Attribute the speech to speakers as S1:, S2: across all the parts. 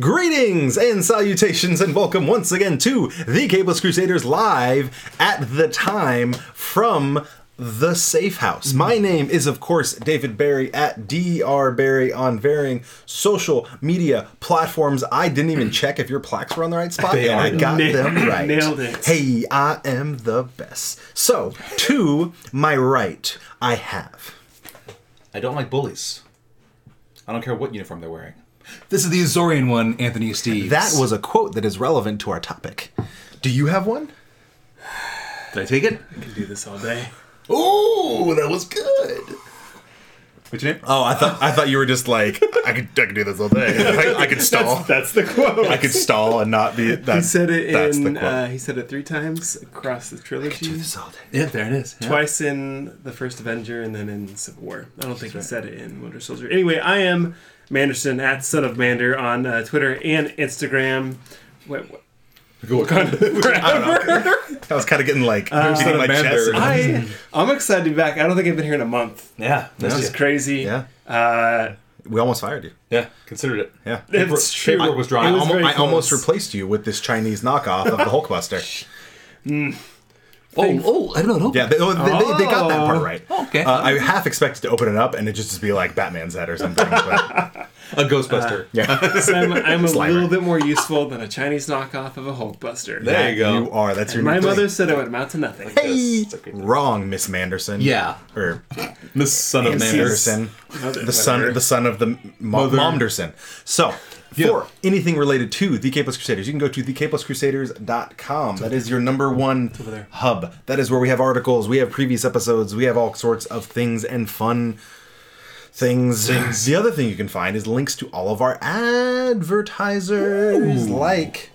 S1: Greetings and salutations, and welcome once again to the Cabless Crusaders live at the time from the safe house. My name is, of course, David Barry at DR Barry on varying social media platforms. I didn't even check if your plaques were on the right spot,
S2: They
S1: and I
S2: are.
S1: got
S3: Nailed-
S1: them right.
S3: nailed it.
S1: Hey, I am the best. So, to my right, I have.
S2: I don't like bullies. I don't care what uniform they're wearing. This is the Azorian one, Anthony Steves.
S1: That was a quote that is relevant to our topic. Do you have one?
S2: Did I take it?
S3: can do this all day.
S2: Ooh, that was good. What's your name?
S1: Oh, I thought I thought you were just like I could I could do this all day. I, I could stall.
S3: That's the quote.
S1: I could stall and not be. That,
S3: he said it
S1: that's the
S3: in.
S1: quote.
S3: Uh, he said it three times across the
S1: do
S3: trilogy.
S1: this all day.
S2: Yeah, there it is. Yeah.
S3: Twice in the first Avenger and then in Civil War. I don't think he said it in Winter Soldier. Anyway, I am Manderson at Son of Mander on uh, Twitter and Instagram. What, what,
S2: Go
S3: wherever.
S1: I was kind of getting like
S2: not
S1: beating
S2: a
S1: my
S2: man
S1: chest.
S2: there.
S1: and-
S3: I I'm excited to be back. I don't think I've been here in a month.
S2: Yeah, that's
S3: This is crazy.
S1: Yeah.
S3: Uh,
S1: we almost fired you.
S2: Yeah, considered it.
S1: Yeah.
S2: Paper-
S3: It's true.
S2: Paperwork was
S1: I,
S2: drawn.
S3: It was
S1: almo-
S3: very
S1: I almost
S3: close.
S1: replaced you with this Chinese knockoff of the Hulkbuster.
S2: oh, oh, I don't know.
S1: Yeah, they, oh, they, they, they got that part right.
S2: Oh, okay.
S1: Uh, I half expected to open it up and it just be like Batman's head or something. But
S2: a Ghostbuster.
S1: yeah,
S3: so I'm, I'm a
S1: Slimer.
S3: little bit more useful than a Chinese knockoff of a Hulkbuster.
S2: There you go.
S1: You are. That's your
S3: My
S1: new thing.
S3: mother said I would amount to nothing.
S1: Hey,
S2: It's okay.
S1: wrong, Miss Manderson.
S2: Yeah.
S1: Or
S2: The son of
S3: Yes.
S2: man.
S1: Manderson.
S3: Mother-
S1: the son
S3: whatever.
S1: the son of the mo-
S2: Mother.
S1: Momderson. So,
S2: Yeah.
S1: for anything related to the K Plus Crusaders, you can go to thekpluscrusaders.com. That is your number one
S3: there.
S1: hub. That is where we have articles, we have previous episodes, we have all sorts of things and fun things. The other thing you can find is links to all of our advertisers, like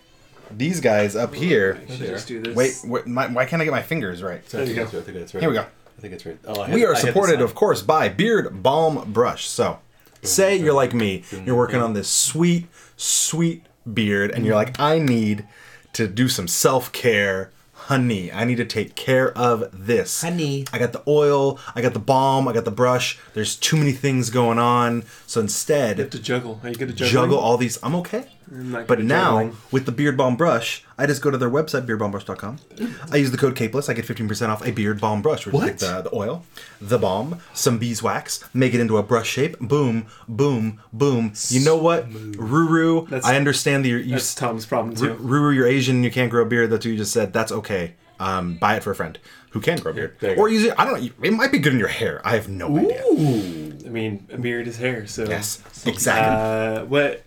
S1: these guys up here.
S3: I should just do this.
S1: Wait, wait my, why can't I get my fingers right?
S2: I think
S3: you go.
S2: that's right. I think that's right.
S1: Here we go.
S2: I think it's right. Oh, I hit-
S1: We
S2: I
S1: are
S2: hit the
S1: supported,
S2: sign.
S1: of course, by Beard Balm Brush. So, say
S2: Mm-hmm.
S1: you're like me, you're working on this sweet, sweet beard, and you're
S2: Mm-hmm.
S1: like, I need to do some self care, honey. I need to take care of this.
S2: Honey.
S1: I got the oil, I got the balm, I got the brush. There's too many things going on. So, instead,
S3: You have to juggle. Are you good at juggling?
S1: juggle all these. I'm okay.
S3: not
S1: But
S3: good at
S1: now
S3: juggling.
S1: with the Beard Balm brush, I just go to their website beardbalmbrush.com. I use the code CAPELESS. I get 15% off a beard balm brush, which is like
S2: What?
S1: the, the oil, the balm, some beeswax, make it into a brush shape. Boom, boom, boom. You know what, Ruru?
S3: That's-
S1: I understand that you're, you
S3: That's Tom's problem too.
S1: Ruru, you're Asian. You can't grow a beard. That's what you just said. That's okay. Um, buy it for a friend who can grow a beard,
S2: There you
S1: or
S2: go.
S1: use it. I don't know. It might be good in your hair. I have no idea.
S2: Ooh.
S3: I mean, a beard is hair. So
S1: Yes, exactly.
S3: Uh, what?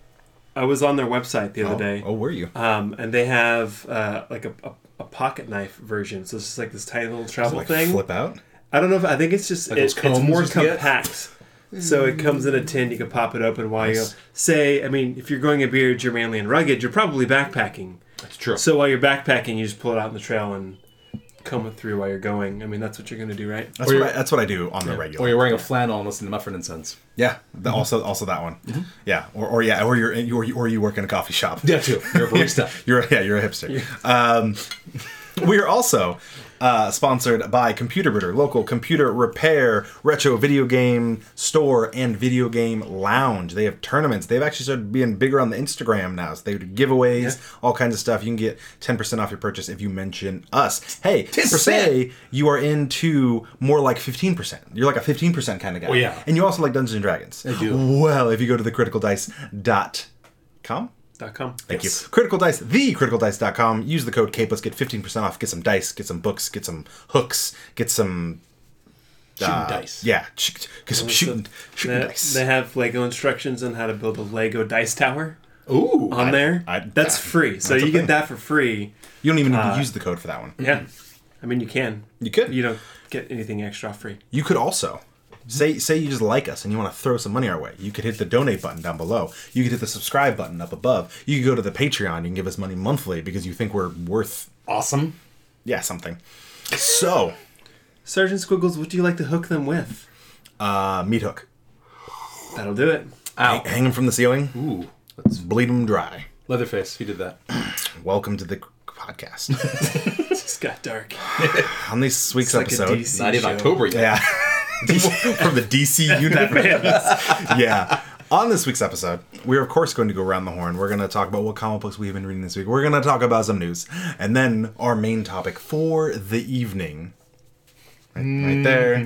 S3: I was on their website the other day,
S1: oh, were you?
S3: um, and they have uh, like a, a, a pocket knife version. So it's just like this tiny little travel
S1: Like
S3: thing.
S1: flip out.
S3: I don't know if I think it's just
S2: Like
S3: it-
S2: those
S3: it's
S2: combs
S3: more
S2: you get?
S3: compact. So it comes in a tin. You can pop it open while you
S1: Nice.
S3: say. I mean, if you're going a beard, you're manly and rugged. You're probably backpacking.
S2: That's true.
S3: So while you're backpacking, you just pull it out in the trail and comb it through while you're going. I mean, that's what you're going to do, right?
S1: That's
S2: Or
S1: what, I,
S2: you're-
S1: that's what I do on the
S2: or
S1: regular.
S2: you're wearing a flannel and listening to Muffin and Sons.
S1: Yeah. the- also, also that one. Yeah. Or, or yeah. Or you're in- or you, or you work in a coffee shop.
S2: Yeah, too. You're a barista.
S1: You're yeah. You're a hipster. Um, we are also uh, sponsored by Computer Booter, local computer repair, retro video game store, and video game lounge. They have tournaments. They've actually started being bigger on the Instagram now. So they do giveaways, all kinds of stuff. You can get ten percent off your purchase if you mention us. Hey,
S2: 10%.
S1: say you are into more like fifteen percent. You're like a fifteen percent kind of guy.
S2: Oh, yeah.
S1: And you also like Dungeons and Dragons. I
S2: do.
S1: Well, if you go to thecriticaldice.com.
S3: Dot com.
S1: Thank
S2: Yes.
S1: you. Critical Dice, thecriticaldice.com. Use the code CAPELESS, get 15% off, get some dice, get some books, get some hooks, get some.
S2: Shooting
S1: uh,
S2: dice.
S1: Yeah, ch- get some shooting, shooting
S3: They,
S1: dice.
S3: they have Lego instructions on how to build a Lego dice tower
S2: Ooh.
S3: on there.
S1: I-
S3: that's
S1: yeah,
S3: free. So
S1: that's a
S3: you get
S1: thing.
S3: that for free.
S1: you don't even need to use the code for that one.
S3: Yeah. I mean, you can.
S1: You could.
S3: You don't get anything extra free.
S1: You could also say say you just like us and you want to throw some money our way. You could hit the donate button down below. You could hit the subscribe button up above. You could go to the Patreon. You can give us money monthly because you think we're worth
S2: awesome.
S1: yeah something. So
S3: Sergeant Squiggles, what do you like to hook them with?
S1: uh, meat hook,
S3: That'll do it.
S2: Ow.
S1: hang him from the ceiling,
S2: Ooh. Let's
S1: bleed him dry.
S2: Leatherface, you did that.
S1: Welcome to the podcast
S3: It just got dark.
S1: on this week's
S3: like a
S1: episode.
S3: DC
S2: Not in
S3: show.
S2: October yet.
S1: yeah, from the DC universe. yeah, On this week's episode, we're of course going to go around the horn. We're going to talk about what comic books we've been reading this week. We're going to talk about some news, and then our main topic for the evening. Right, right there, right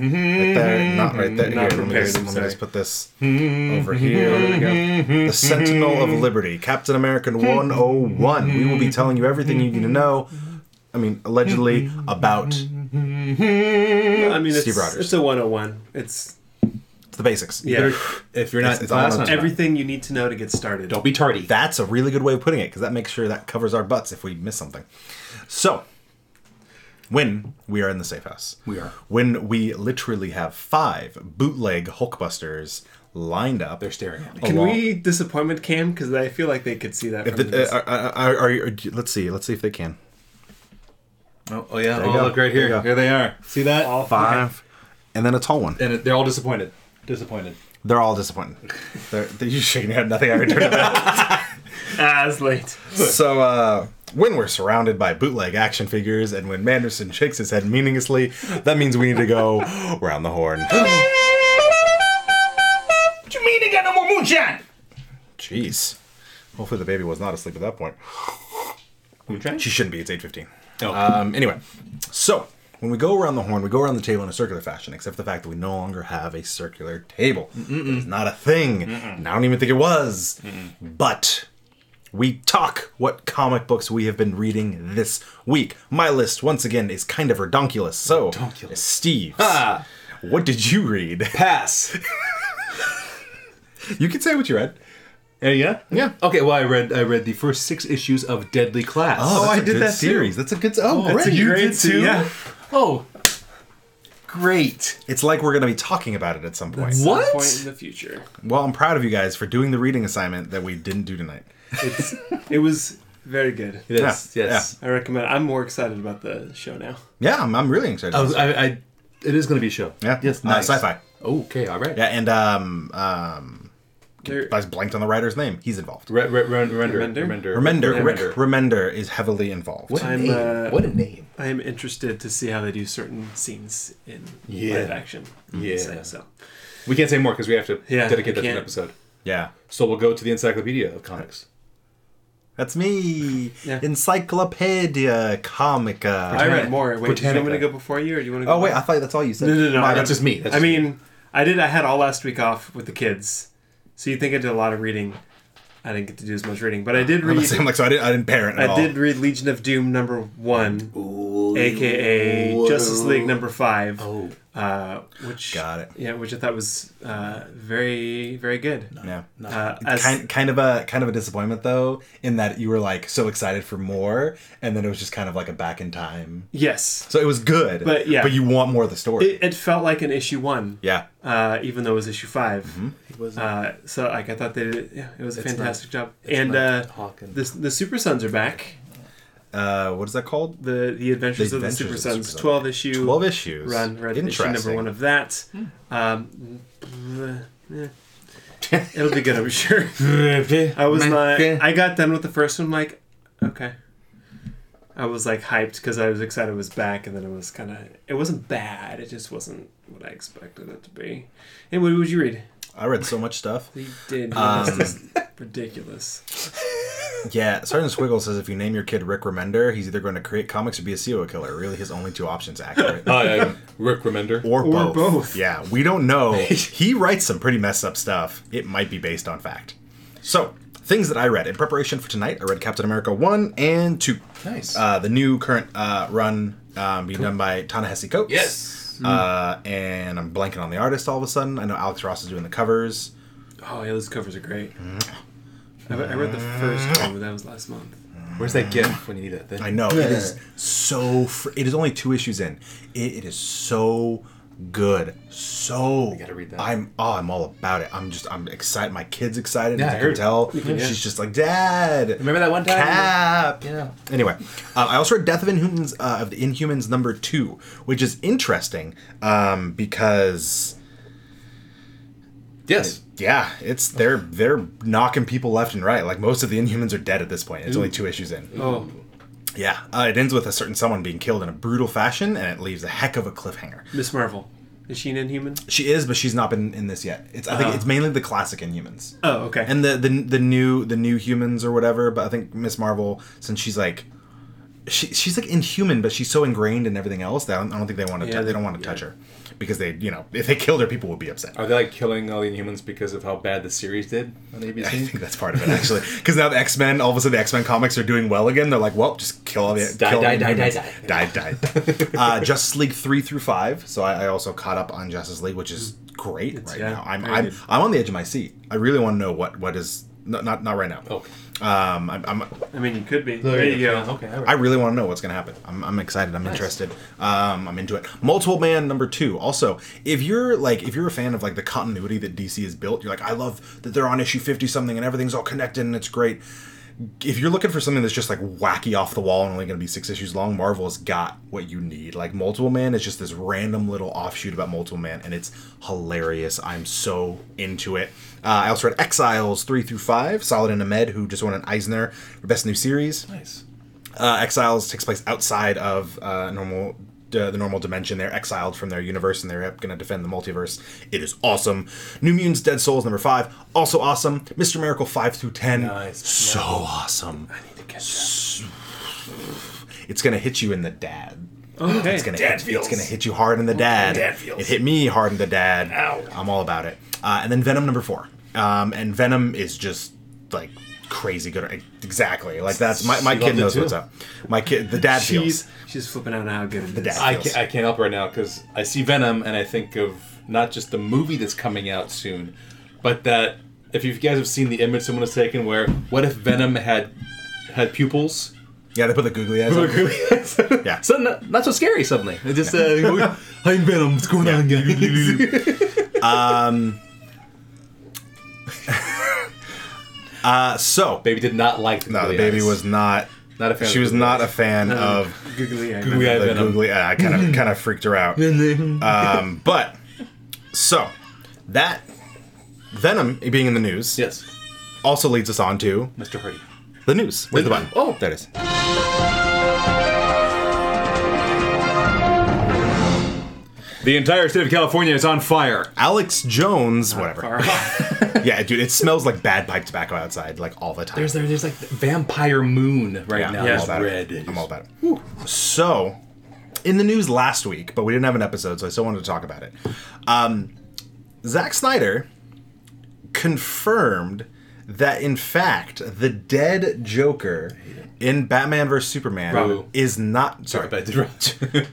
S1: there, not right there.
S3: Mm-hmm. Not
S1: Here, let me
S3: prepared,
S1: just-
S3: I'm
S1: let me
S3: sorry. Mm-hmm.
S1: just put this over here. The Sentinel of Liberty, Captain American 101. We will be telling you everything you need to know. I mean, allegedly about
S3: I mean, it's,
S1: Steve Rogers.
S3: it's a 101. It's
S1: the basics.
S3: Yeah.
S2: If you're
S1: It's-
S2: not
S1: it's
S2: in class
S1: all
S2: on time,
S3: everything you need to know to get started.
S2: don't be tardy.
S1: That's a really good way of putting it because that makes sure that covers our butts if we miss something. So, when we are in the safe house,
S2: We are.
S1: When we literally have five bootleg Hulkbusters lined up.
S2: They're staring at me.
S3: Can
S1: Along-
S3: we disappointment Cam? Because I feel like they could see that.
S1: If
S3: from
S1: the,
S3: this.
S1: uh, are, are, are, are, let's see. Let's see if they can.
S2: Oh, oh, yeah.
S1: you
S2: Oh,
S1: go.
S2: look right
S1: There you
S2: here.
S1: go.
S2: Here they are. See that?
S3: All
S1: Five. And then a tall one.
S2: And it- they're all disappointed. Disappointed.
S1: They're all disappointed. They're, they're you shaking your head. Nothing I returned about.
S3: as late.
S1: So, uh, when we're surrounded by bootleg action figures and when Manderson shakes his head meaninglessly, that means we need to go round the horn.
S2: What you mean they got no more moonshine?
S1: Jeez. Hopefully the baby was not asleep at that point.
S2: Moonshine?
S1: She shouldn't be. It's 8.15.
S2: Oh.
S1: Um, anyway, so when we go around the horn, we go around the table in a circular fashion, except for the fact that we no longer have a circular table. It's not a thing. And I don't even think it was. But we talk what comic books we have been reading this week. My list, once again, is kind of redonkulous. So,
S2: Redonkulous.
S1: Steve,
S2: Ah,
S1: what did you read?
S2: pass.
S1: you can say what you read. Oh,
S2: Uh, yeah.
S1: Yeah.
S2: Okay. Well, I read I read the first six issues of Deadly Class.
S1: that's
S3: Oh,
S1: a
S3: I did
S1: good
S3: that too.
S1: series. That's a good. Oh, great.
S3: That's a
S2: you
S3: great
S2: did too?
S3: Yeah.
S2: Oh, great.
S1: It's like we're going to be talking about it at some point.
S2: What?
S3: Point in the future.
S1: Well, I'm proud of you guys for doing the reading assignment that we didn't do tonight.
S3: It's it was very good.
S2: Yes.
S1: Yeah,
S2: Yes.
S3: I recommend. I'm more excited about the show now.
S1: Yeah, I'm, I'm really excited.
S3: Oh,
S2: I, was, I, I. It is going to be a show.
S1: yeah,
S2: Yes.
S1: Uh,
S2: Nice.
S1: sci-fi.
S2: Okay. All right.
S1: Yeah, and um, um,
S3: There-
S1: I was blanked on the writer's name. He's involved.
S2: Re- re- re- render,
S3: Remender?
S2: Remender.
S1: Remender, Rick
S2: Remender.
S1: Remender is heavily involved.
S2: What a
S3: I'm,
S2: name.
S3: uh,
S2: what a name.
S3: I am interested to see how they do certain scenes in
S2: Yeah.
S3: live action.
S2: Yeah.
S3: So, so.
S2: We can't say more because we have to
S3: Yeah,
S2: dedicate
S3: we
S2: that to an
S3: can't.
S2: episode.
S1: Yeah,
S2: So we'll go to the encyclopedia of comics.
S1: that's me.
S3: Yeah.
S1: Encyclopedia Comica.
S3: I
S2: Britannica.
S3: read more. Wait, do you want me to
S2: Britannica.
S3: go before you, or do you want to? Go
S1: oh wait, I
S3: back?
S1: thought that's all you said.
S3: no, no, no.
S1: My
S3: I
S1: bad.
S2: That's just me. That's
S3: I
S2: just
S3: mean, I did. I had all last week off with the kids, so you think I did a lot of reading. I didn't get to do as much reading, but I did
S1: I'm
S3: read.
S1: gonna say- I'm like, so I didn't, I didn't parent at
S3: I
S1: all.
S3: did read Legion of Doom number one, aka Justice League number five,
S2: Oh.
S3: uh, which
S1: Got it.
S3: Yeah, which I thought was uh, very very good.
S1: Yeah.
S3: Uh, as,
S1: Kind, kind of a kind of a disappointment though, in that you were like so excited for more, and then it was just kind of like a back in time.
S3: yes,
S1: So it was good,
S3: But, yeah.
S1: But you want more of the story.
S3: it, it felt like an issue one.
S1: yeah, Mm-hmm.
S3: Uh, even though it was issue 5
S2: It was
S3: Uh, so like I thought they did. Yeah, it was a
S2: It's
S3: fantastic job.
S2: it's
S3: and
S2: not
S3: uh,
S2: Hawkins.
S3: the the Super Sons are back.
S1: uh, what is that called?
S3: The the Adventures,
S1: The
S3: of, the
S1: Adventures
S3: Super
S1: of the Super
S3: Sons,
S1: Sons.
S3: twelve issue,
S1: Twelve issues. Hmm.
S3: run. Read issue number one of that. Um, eh. it'll be good, I'm sure. I was not. I got done with the first one. Like, okay. I was like hyped because I was excited it was back, and then it was kind of. It wasn't bad. It just wasn't what I expected it to be. And what would you read?
S1: I read so much stuff.
S3: He did.
S1: Um,
S3: this is ridiculous.
S1: Yeah, Sergeant Squiggle says if you name your kid Rick Remender, he's either going to create comics or be a serial killer. Really, his only two options accurate.
S2: Hi, I'm Rick Remender.
S1: Or, both.
S3: Uh, both.
S1: Yeah, we don't know. he writes some pretty messed up stuff. It might be based on fact. So, things that I read in preparation for tonight, I read Captain America 1 and 2.
S2: Nice.
S1: Uh, the new current uh, run um, being done by Ta-Nehisi Coates.
S2: Yes.
S1: Uh, and I'm blanking on the artist all of a sudden. I know Alex Ross is doing the covers.
S3: Oh, yeah, those covers are great. I, I read the first one, but that was last month.
S2: Where's that gift when you need that thing?
S1: I know it is so. Fr- it is only two issues in. It, it is so good. So I
S2: gotta read that.
S1: I'm oh, I'm all about it. I'm just I'm excited. My kid's excited.
S2: Yeah,
S1: as
S2: I
S1: you
S2: heard.
S1: can tell.
S2: yeah.
S1: She's just like Dad.
S2: Remember that one time?
S1: Cap.
S2: Yeah.
S1: Anyway, uh, I also read Death of Inhumans uh, of the Inhumans number two, which is interesting um, because
S2: Yes.
S1: yeah, it's they're they're knocking people left and right. Like most of the Inhumans are dead at this point. It's only two issues in.
S3: Oh,
S1: Yeah, uh, it ends with a certain someone being killed in a brutal fashion, and it leaves a heck of a cliffhanger.
S3: Miss Marvel. Is she an Inhuman?
S1: She is, but she's not been in this yet. It's I think
S3: Oh.
S1: it's mainly the classic Inhumans
S3: Oh, okay.
S1: and the, the the new the new humans or whatever. But I think Miss Marvel, since she's like, she, she's like Inhuman, but she's so ingrained in everything else that I don't, I don't think they want to
S3: Yeah.
S1: they don't want to touch her because they you know if they killed her, people would be upset.
S4: Are they like killing all the Inhumans because of how bad the series did on
S1: I
S4: ABC?
S1: think that's part of it actually, because now the X Men, all of a sudden the X Men comics are doing well again. They're like, well, just kill all the
S4: Die,
S1: kill all
S4: die,
S1: the
S4: die, die,
S1: humans. die, die, die. uh, Justice League three through five. So I, I also caught up on Justice League, which is great right
S3: yeah,
S1: now. I'm
S3: very
S1: I'm,
S3: good.
S1: I'm on the edge of my seat. I really want to know what what is not not, not right now.
S4: Okay.
S1: Um, I'm, I'm
S3: I mean, you could be. There you
S4: Yeah,
S3: go.
S4: Okay. all right.
S1: I really want to know what's going to happen. I'm, I'm excited. I'm interested. Um, I'm into it. Multiple Man number two. Also, if you're like, if you're a fan of like the continuity that DC has built, you're like, I love that they're on issue 50 something and everything's all connected and it's great. If you're looking for something that's just like wacky off the wall and only going to be six issues long, Marvel's got what you need. Like Multiple Man is just this random little offshoot about Multiple Man, and it's hilarious. I'm so into it. Uh, I also read Exiles three through five. Solid and Ahmed, who just won an Eisner for best new series
S4: Nice.
S1: uh, Exiles takes place outside of uh, normal uh, the normal dimension. They're exiled from their universe and they're going to defend the multiverse. It is awesome. New Mutants Dead Souls number five also awesome. Mr. Miracle five through ten
S4: Nice.
S1: so awesome.
S3: To catch
S1: It's going to hit you in the dad.
S3: up. Okay.
S1: It's gonna
S4: Dad
S1: hit,
S4: feels.
S1: It's gonna hit you hard in the dad.
S4: Dad feels.
S1: It hit me hard in the dad.
S4: Ow.
S1: I'm all about it. Uh, and then Venom number four. Um, and Venom is just like crazy good. Exactly. Like that's my, my
S4: She
S1: kid
S4: loved it
S1: knows
S4: too.
S1: what's up. My kid, the dad feels.
S3: She's she's flipping out how good it is.
S1: The dad.
S4: I can't, I can't help right now because I see Venom and I think of not just the movie that's coming out soon, but that if you guys have seen the image someone has taken where what if Venom had had pupils?
S1: Yeah, they put the googly eyes. on it. Yeah.
S4: So not, not so scary suddenly. It just uh, I'm Venom. What's going on, guys?
S1: Uh, so
S4: baby did not like the
S1: No, the
S4: googly
S1: baby
S4: eyes.
S1: was not.
S4: not a fan.
S1: She
S4: of
S1: was
S4: googly
S1: not a
S4: eyes.
S1: fan of
S3: Googly eye.
S4: Googly eye
S1: the
S4: Uh, Venom.
S1: googly. uh, I kind of kind of freaked her out. Um, but so that Venom being in the news
S4: yes,
S1: also leads us on to
S4: Mr. Hardy.
S1: the news. Where's the,
S4: The-
S1: button?
S4: oh.
S1: there it is.
S4: The entire state of California is on fire.
S1: Alex Jones, whatever.
S3: Far off.
S1: Yeah, dude, it smells like bad pipe tobacco outside, like all the time.
S4: There's there's like vampire moon right now.
S1: I'm
S3: Yeah.
S1: all about
S4: red.
S1: it. I'm all about it. So, in the news last week, but we didn't have an episode, so I still wanted to talk about it. Um, Zack Snyder confirmed that, in fact, the dead Joker in Batman vs Superman
S4: Robin.
S1: is not. Sorry,
S4: But I did right.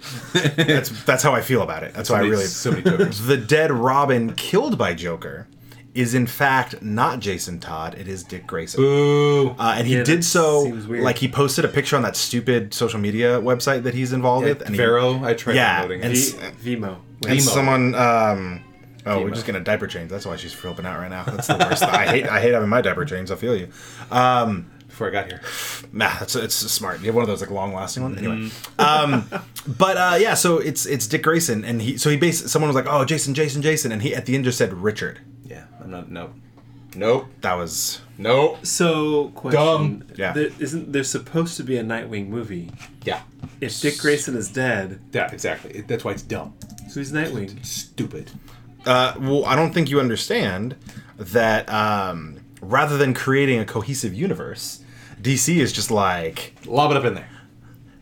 S1: that's that's how I feel about it. That's why I really.
S4: so many jokers.
S1: The dead Robin killed by Joker is, in fact, not Jason Todd. It is Dick Grayson.
S4: Boo.
S1: Uh, and he
S3: Yeah,
S1: did
S3: that
S1: so
S3: seems weird.
S1: like he posted a picture on that stupid social media website that he's involved with. And he-
S4: Vero, I tried
S1: Yeah,
S4: downloading
S1: and
S4: it.
S1: s-
S3: V- Vimo.
S1: and
S4: Vimo.
S1: someone. Um, oh, we're just gonna diaper change. That's why she's flipping out right now. That's the worst. I hate. I hate having my diaper changed. I feel you.
S4: before I got here.
S1: Nah, that's it's smart. You have one of those like long lasting ones. Anyway,
S3: Mm-hmm.
S1: um, but uh, yeah, so it's it's Dick Grayson, and he so he based someone was like, oh Jason, Jason, Jason, and he at the end just said Richard.
S4: Yeah, I'm not. Nope. Nope.
S1: That was
S4: Nope.
S3: So question.
S4: Dumb.
S1: Yeah.
S3: There, isn't there supposed to be a Nightwing movie?
S4: Yeah.
S3: If Dick Grayson is dead,
S4: Yeah, exactly. It- That's why it's dumb.
S3: who's Nightwing?
S4: Stupid.
S1: Uh, well, I don't think you understand that um, rather than creating a cohesive universe, DC is just like,
S4: Lob it up in there.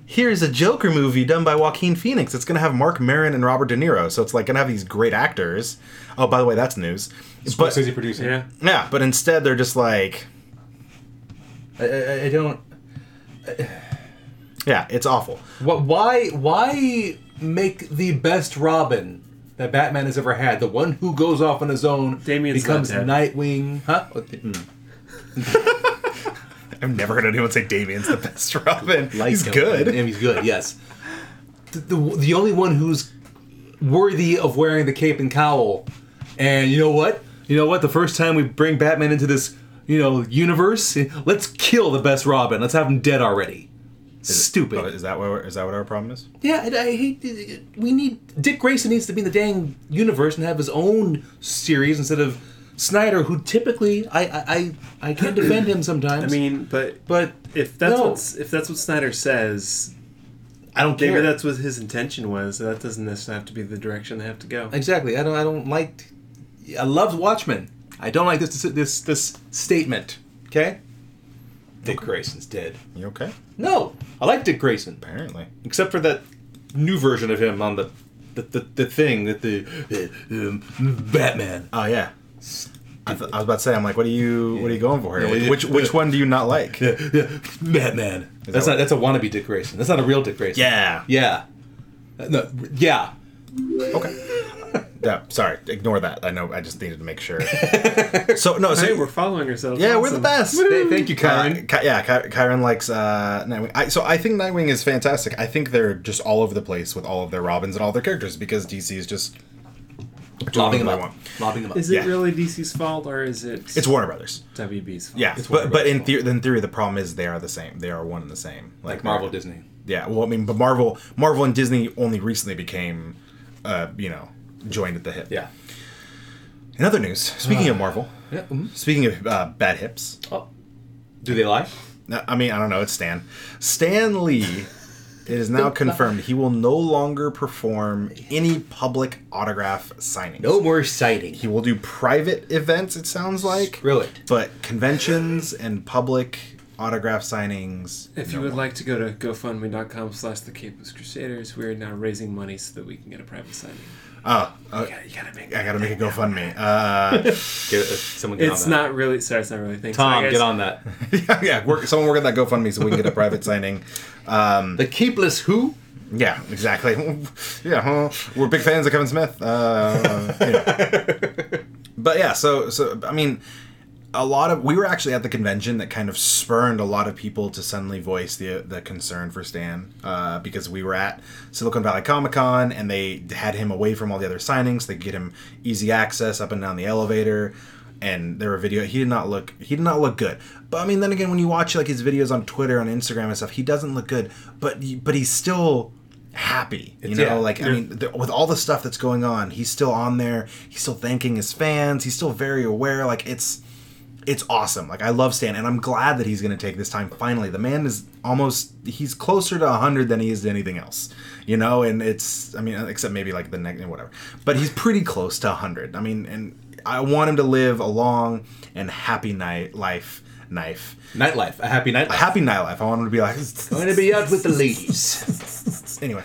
S1: here's a Joker movie done by Joaquin Phoenix. It's going to have Mark Maron and Robert De Niro. So it's like going to have these great actors. Oh, by the way, that's news. But
S4: Scorsese producing.
S3: Yeah.
S1: yeah, but instead they're just like,
S4: I, I, I don't.
S1: yeah, it's awful.
S4: What? Why? Why make the best Robin that Batman has ever had? The one who goes off on his own
S3: Damien's
S4: becomes
S3: not dead.
S4: Nightwing. Huh? What the- mm.
S1: I've never heard anyone say Damien's the best Robin.
S4: Like
S1: He's
S4: him.
S1: good.
S4: And he's good. Yes. The, the the only one who's worthy of wearing the cape and cowl. And you know what? You know what? The first time we bring Batman into this, you know, universe, let's kill the best Robin. Let's have him dead already. Stupid.
S1: Oh, is that what is that what our problem is?
S4: Yeah, and I hate. We need Dick Grayson needs to be in the dang universe and have his own series instead of Snyder, who typically I I I, I can defend him sometimes.
S3: I mean, but
S4: but
S3: if that's
S4: No.
S3: what's if that's what Snyder says,
S2: I don't care.
S3: Maybe that's what his intention was. That doesn't necessarily have to be the direction they have to go.
S2: exactly. I don't. I don't like. I loved Watchmen. I don't like this. This. This statement. Okay. Dick Grayson's dead.
S1: You okay?
S2: No, I like Dick Grayson,
S1: Apparently.
S2: except for that new version of him on the the, the, the thing that the uh, um, Batman.
S1: Oh yeah. I, th- I was about to say, I'm like, what are you, what are you going for here?
S2: Yeah, yeah.
S1: Which, which, which one do you not like?
S2: Yeah, yeah, Batman. That's
S1: that
S2: not. That's a wannabe Dick Grayson. That's not a real Dick Grayson.
S1: Yeah.
S2: Yeah. Uh, No. Yeah.
S1: Okay. Yeah, sorry, ignore that. I know. I just needed to make sure. so no, so
S3: Hey, we're following ourselves.
S1: yeah, we're the
S3: Awesome.
S1: best.
S2: Th- thank you, Karen.
S1: Uh, Ky- yeah, Ky- Kyron likes uh, Nightwing. I, so I think Nightwing is fantastic. I think they're just all over the place with all of their Robins and all their characters because DC is just
S2: Lobbing him
S1: whatever they
S2: up. Lobbing him up.
S3: Is it
S1: Yeah.
S3: really DC's fault or is it
S1: It's Warner Brothers.
S3: WB's fault?
S1: Yeah,
S2: Warner
S1: but but in
S2: Brothers.
S1: theory, in theory, the problem is they are the same. They are one and the same.
S2: like Marvel,
S1: they're-
S2: Disney.
S1: Yeah, well, I mean, but Marvel, Marvel and Disney only recently became, uh, you know, joined at the hip.
S2: Yeah.
S1: In other news, speaking of Marvel,
S2: Yeah. mhm.
S1: speaking of uh, bad hips,
S2: Oh. Do they lie?
S1: No, I mean, I don't know. It's Stan. Stan Lee. It is now confirmed he will no longer perform any public autograph signings.
S2: No more sighting.
S1: He will do private events. It sounds like.
S2: Screw it.
S1: But conventions and public autograph signings.
S3: If you would like to go to gofundme.com slash the Capeless Crusaders, we are now raising money so that we can get a private signing.
S1: Oh, uh,
S3: Yeah, you gotta make
S1: I gotta make a GoFundMe. Uh,
S2: Get, uh, someone get
S3: It's
S2: on that.
S3: not really, sorry, it's not really a thing.
S2: Tom,
S3: Sorry, guys.
S2: get on that.
S1: yeah, yeah. Work, someone work at that GoFundMe so we can get a private signing. Um,
S2: The capeless who?
S1: yeah, exactly. yeah, huh? we're big fans of Kevin Smith. Uh, you know. But yeah, so so I mean, a lot of we were actually at the convention that kind of spurned a lot of people to suddenly voice the the concern for Stan uh, because we were at Silicon Valley Comic Con and they had him away from all the other signings. They get him easy access up and down the elevator. And there were video. He did not look. He did not look good. But I mean, then again, when you watch like his videos on Twitter, on Instagram, and stuff, he doesn't look good. But he- but he's still happy. You know,
S2: yeah.
S1: like I mean, th- with all the stuff that's going on, he's still on there. He's still thanking his fans. He's still very aware. Like it's it's awesome. Like I love Stan, and I'm glad that he's going to take this time. Finally, the man is almost he's closer to 100 than he is to anything else. You know, and it's I mean, except maybe like the next whatever, but he's pretty close to 100. I mean, and I want him to live a long and happy night life knife
S2: Nightlife. A happy nightlife.
S1: happy night life i want him to be like
S2: I'm gonna be out with the ladies.
S1: Anyway.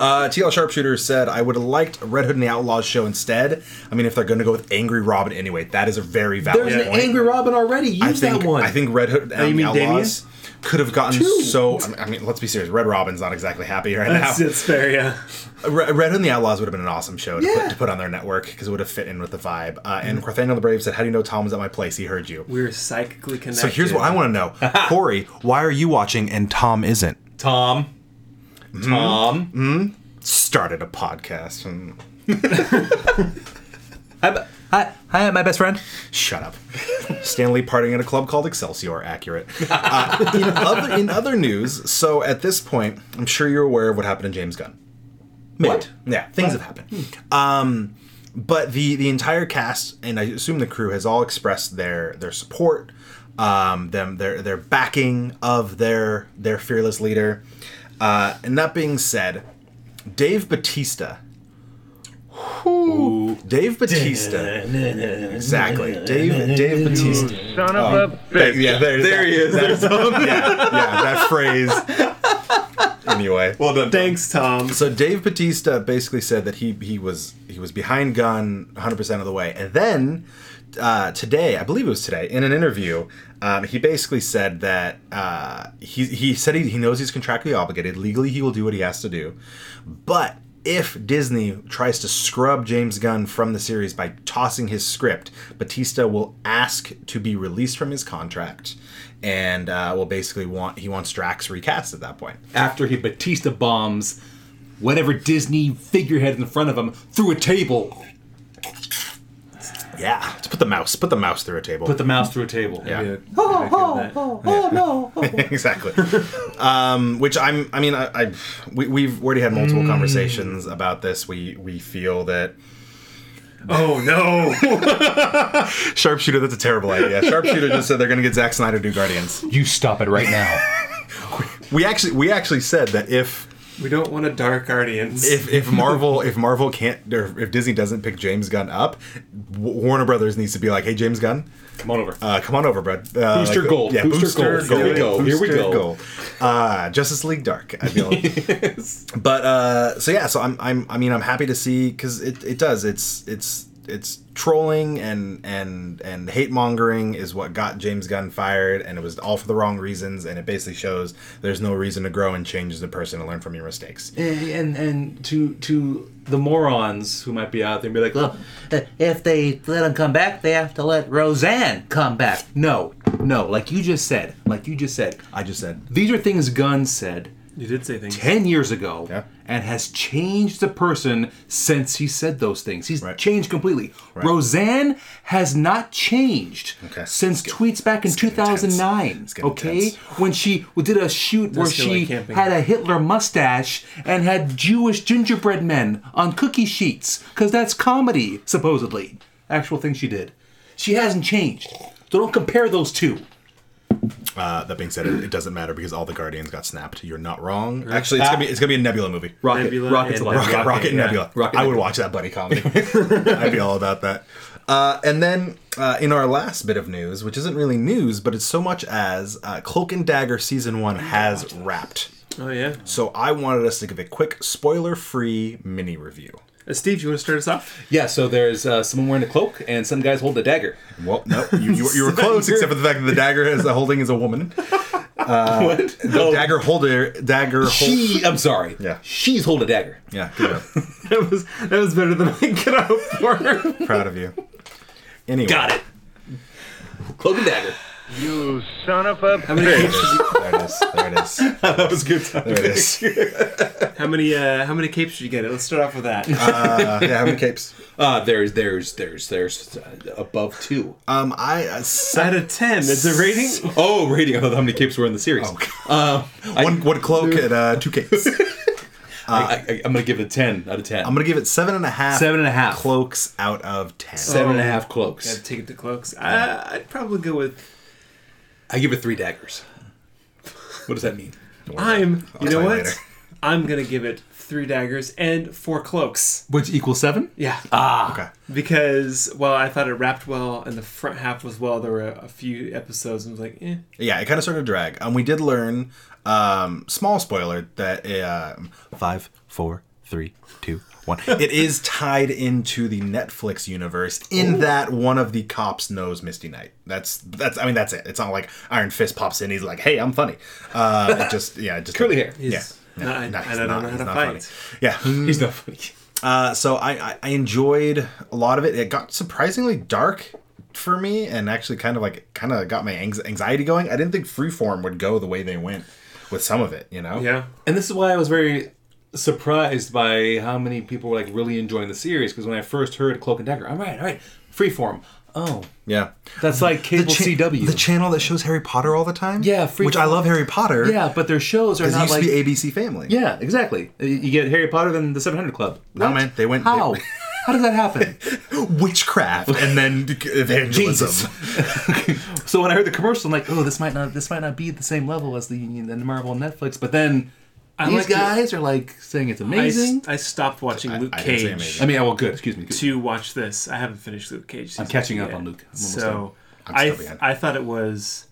S1: Uh, TL Sharpshooter said, I would have liked Red Hood and the Outlaws show instead. I mean, if they're going to go with Angry Robin anyway, that is a very valid
S2: There's an
S1: point.
S2: angry Robin already. Use
S1: I think,
S2: that one.
S1: I think Red Hood and
S3: you
S1: the
S3: mean Damien?
S1: Outlaws could have gotten
S2: Two.
S1: so. I mean- I mean, let's be serious. Red Robin's not exactly happy right
S3: That's,
S1: now.
S3: it's fair, yeah.
S1: Re- Red Hood and the Outlaws would have been an awesome show to,
S2: Yeah.
S1: put, to put on their network because it would have fit in with the vibe. Uh, and Corthaniel the Brave said, How do you know Tom was at my place? He heard you.
S3: We're psychically connected.
S1: So here's what I want to know Corey, why are you watching and Tom isn't?
S2: Tom. Hmm? Tom.
S1: Started a podcast. Mm,
S2: Hi, hi, hi, my best friend.
S1: Shut up. Stanley partying at a club called Excelsior. Accurate. Uh, in, other, in other news, so at this point, I'm sure you're aware of what happened to James Gunn. Maybe.
S2: What?
S1: Yeah, things have happened. Um, but the the entire cast and I assume the crew has all expressed their their support, um, them their their backing of their their fearless leader. Uh, and that being said, Dave Batista. Whew. Dave Batista. Exactly. Dave Dave Batista.
S5: Son of a bitch.
S1: Yeah, there,
S2: There he is.
S1: That's, yeah, yeah, that phrase. Anyway.
S2: Well done.
S3: Thanks, Tom.
S1: So Dave Batista basically said that he he was he was behind gun 100 percent of the way, and then uh, today, I believe it was today, in an interview, um, he basically said that uh, he he said he, he knows he's contractually obligated legally, he will do what he has to do, but if Disney tries to scrub James Gunn from the series by tossing his script, Batista will ask to be released from his contract, and uh, will basically want he wants Drax recast at that point.
S2: After he Batista bombs whatever Disney figurehead in front of him through a table.
S1: Yeah, to put the mouse, put the mouse through a table.
S2: Put the mouse through a table.
S1: Yeah.
S3: Yeah, I echo that.
S1: exactly. um, which I'm. I mean, I, I we, we've already had multiple conversations about this. We we feel that
S3: Oh, no.
S1: sharpshooter. That's a terrible idea. Sharpshooter just said they're going to get Zack Snyder to do Guardians.
S2: You stop it right now.
S1: we actually we actually said that if
S3: We don't want a Dark Guardians.
S1: if if Marvel if Marvel can't or if Disney doesn't pick James Gunn up, W- Warner Brothers needs to be like, hey James Gunn,
S4: Come on over.
S1: uh, come on over, bud. Uh,
S4: Booster
S1: like,
S4: gold.
S1: yeah,
S4: Booster
S1: booster
S4: gold. Here we go. Here we
S1: Booster
S4: go.
S1: gold. Uh, Justice League Dark. I feel. But uh, so yeah, so I'm I'm I mean I'm happy to see because it, it does it's it's it's trolling and and and hate mongering is what got James Gunn fired and it was all for the wrong reasons and it basically shows there's no reason to grow and change as a person and learn from your mistakes.
S4: and, Eh, and and to to the morons who might be out there and be like, well, if they let him come back, they have to let Roseanne come back. No, no, like you just said, like you just said,
S1: I just said
S4: these are things Gunn said
S3: you did say things.
S4: ten years ago,
S1: Yeah.
S4: and has changed the person since he said those things. He's
S1: Right.
S4: changed completely. Roseanne has not changed
S1: Okay.
S4: since tweets back in
S1: getting intense.
S4: 2009.
S1: It's getting
S4: Okay,
S1: intense.
S4: when she did a shoot where
S3: feel like
S4: she
S3: camping.
S4: had a Hitler mustache and had Jewish gingerbread men on cookie sheets, because that's comedy, supposedly. Actual thing she did. She hasn't changed. So don't compare those two.
S1: uh, that being said, it, it doesn't matter because all the Guardians got snapped. You're not wrong. Actually, it's gonna be it's gonna be a Nebula movie.
S4: Rocket,
S3: Nebula
S4: Rocket's
S3: and
S4: alive.
S3: Rocket.
S1: Rocket, Rocket, and
S3: yeah.
S1: Nebula.
S4: Rocket
S1: I would
S4: Nebula.
S1: watch that buddy comedy. I'd be all about that. Uh, and then uh, in our last bit of news, which isn't really news, but it's so much as uh, Cloak and Dagger season one has wrapped.
S3: Oh yeah.
S1: So I wanted us to give a quick spoiler-free mini review.
S3: Uh, Steve, you want to start us off?
S4: Yeah, so there's uh, someone wearing a cloak and some guys holding a dagger.
S1: Well, no, you, you, were- you were close, except for the fact that the dagger is the holding is a woman.
S4: what? No,
S1: Dagger holder, dagger. Hold,
S4: she. I'm sorry.
S1: Yeah.
S4: she's holding a dagger.
S1: yeah, good job.
S3: That was that was better than I could hope for.
S1: proud of you. Anyway,
S4: Got it. Cloak and dagger.
S5: You son of a
S3: How many capes? Did you,
S1: There it is. There it is.
S4: that was good.
S1: There it is.
S3: how many uh, how many capes did you get? Let's start off with that.
S1: Uh, yeah, how many capes?
S4: Uh, there's, there's, there's, there's uh, above two.
S1: Um, I uh, se-
S3: Out of ten, it's a rating.
S4: Oh, rating. I thought how many capes were in the series.
S1: oh,
S4: Uh, I,
S1: one one cloak and uh, two capes.
S4: I, am gonna give it a ten out of 10
S1: I'm gonna give it seven and a half.
S4: Seven and a half.
S1: cloaks out of ten.
S4: Seven and a half
S3: Gotta
S4: cloaks.
S3: take it to cloaks. Uh, I'd probably go with
S4: I give it three daggers. What does that mean?
S3: I'm. You
S1: tell
S3: know
S1: you
S3: what?
S1: later.
S3: I'm gonna give it three daggers and four cloaks.
S4: Which equals seven?
S3: Yeah.
S1: Okay.
S3: because well, I thought it wrapped well, and the front half was well. There were a, a few episodes, and I was like, eh.
S1: Yeah, it kind of started to drag. Um, we did learn, um, small spoiler that uh, five, four, three, two, one. it is tied into the Netflix universe in that one of the cops knows Misty Knight. That's that's. I mean, that's it. It's not like Iron Fist pops in. He's like, hey, I'm funny. Uh, it just yeah, it just
S4: Curly hair.
S1: Yeah.
S3: He's not-
S1: no,
S3: and
S1: he's
S3: I don't know
S1: he's
S3: how to
S1: not
S3: fight.
S1: funny. Yeah,
S4: He's not funny.
S1: Uh, so I, I I enjoyed a lot of it. It got surprisingly dark for me, and actually kind of like kind of got my anx- anxiety going. I didn't think Freeform would go the way they went with some of it. You know?
S3: Yeah.
S4: And this is why I was very surprised by how many people were like really enjoying the series because when I first heard Cloak and Dagger, all right, all right, freeform. Oh,
S1: Yeah.
S4: that's like cable
S1: cha-
S4: CW.
S1: the channel that shows Harry Potter all the time.
S4: Yeah,
S1: which I
S4: Freeform.
S1: love Harry Potter.
S4: yeah, but their shows are
S1: because it
S4: not
S1: used
S4: like.
S1: to be ABC Family.
S4: yeah, exactly. You- You get Harry Potter then the 700 Club.
S1: No man, they went
S4: How?
S1: they-
S4: How does that happen?
S1: witchcraft and then evangelism.
S4: Jesus. so when I heard the commercial, I'm like, oh, this might not this might not be at the same level as the the Marvel and Netflix. But then these
S3: liked it.
S4: guys are like saying it's
S3: I,
S4: amazing.
S3: s- I stopped watching Luke
S1: I didn't say
S3: Cage
S1: amazing.
S4: I, mean, oh, well, good. Excuse me.
S3: to watch this. I haven't finished Luke Cage. season
S4: catching
S3: two
S4: up
S3: yet.
S4: on Luke. I'm almost done.
S3: so
S1: I'm
S3: I
S1: still
S3: th-
S1: behind.
S3: I thought it was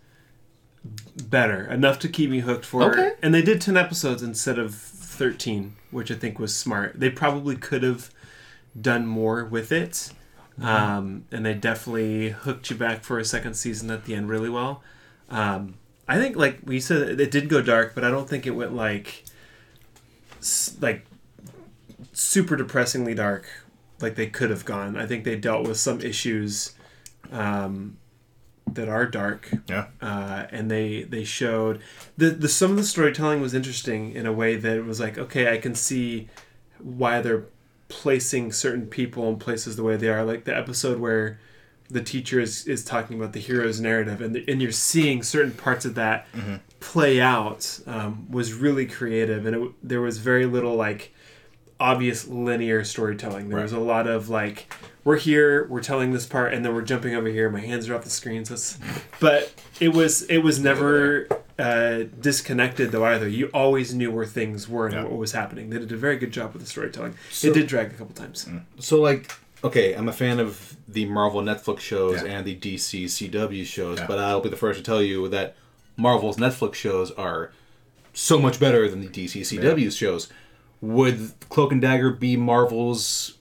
S3: better enough to keep me hooked for.
S4: Okay.
S3: And they did ten episodes instead of thirteen, which I think was smart. They probably could have done more with it, um, and they definitely hooked you back for a second season at the end really well. Um, I think like we said, it did go dark, but I don't think it went like s- like super depressingly dark like they could have gone i think they dealt with some issues um, that are dark
S1: Yeah.
S3: uh, and they they showed the, the some of the storytelling was interesting in a way that it was like okay i can see why they're placing certain people in places the way they are like the episode where the teacher is, is talking about the hero's narrative and, and you're seeing certain parts of that play out um, was really creative and it, w- there was very little like obvious linear storytelling. There was a lot of like, we're here, we're telling this part, and then we're jumping over here. My hands are off the screens. That's, but it was it was never uh, disconnected though either. You always knew where things were and
S1: Yeah.
S3: what was happening. They did a very good job with the storytelling.
S2: So-
S3: it did drag a couple times.
S2: So like
S4: Okay, I'm a fan of the Marvel Netflix shows
S1: Yeah.
S4: and the DC CW shows,
S1: Yeah.
S4: but I'll be the first to tell you that Marvel's Netflix shows are so much better than the DC CW shows. Would Cloak and Dagger be Marvel's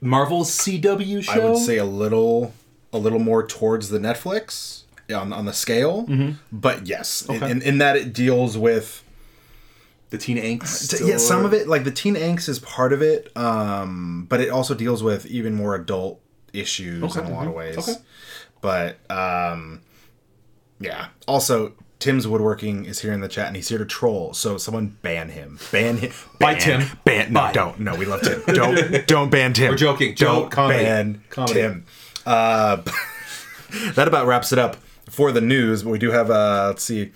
S4: Marvel's CW show?
S1: I would say a little, a little more towards the Netflix on, on the scale,
S4: Mm-hmm.
S1: but yes, in, in, in that it deals with
S4: the teen angst.
S1: t- yeah, some
S4: or-
S1: of it like the teen angst is part of it, um, but it also deals with even more adult issues in a lot of ways.
S4: Okay.
S1: But um, yeah, also. Tim's woodworking is here in the chat and he's here to troll. So someone ban him. Ban him.
S4: Bye,
S1: Ban-
S4: Tim.
S1: Ban. No,
S4: Bye.
S1: don't. No, we love Tim. Don't. don't ban Tim. We're
S4: joking.
S1: Don't
S4: Joke, comedy.
S1: ban
S4: Comedy.
S1: Tim. Uh, that about wraps it up for the news. But we do have uh, let's see,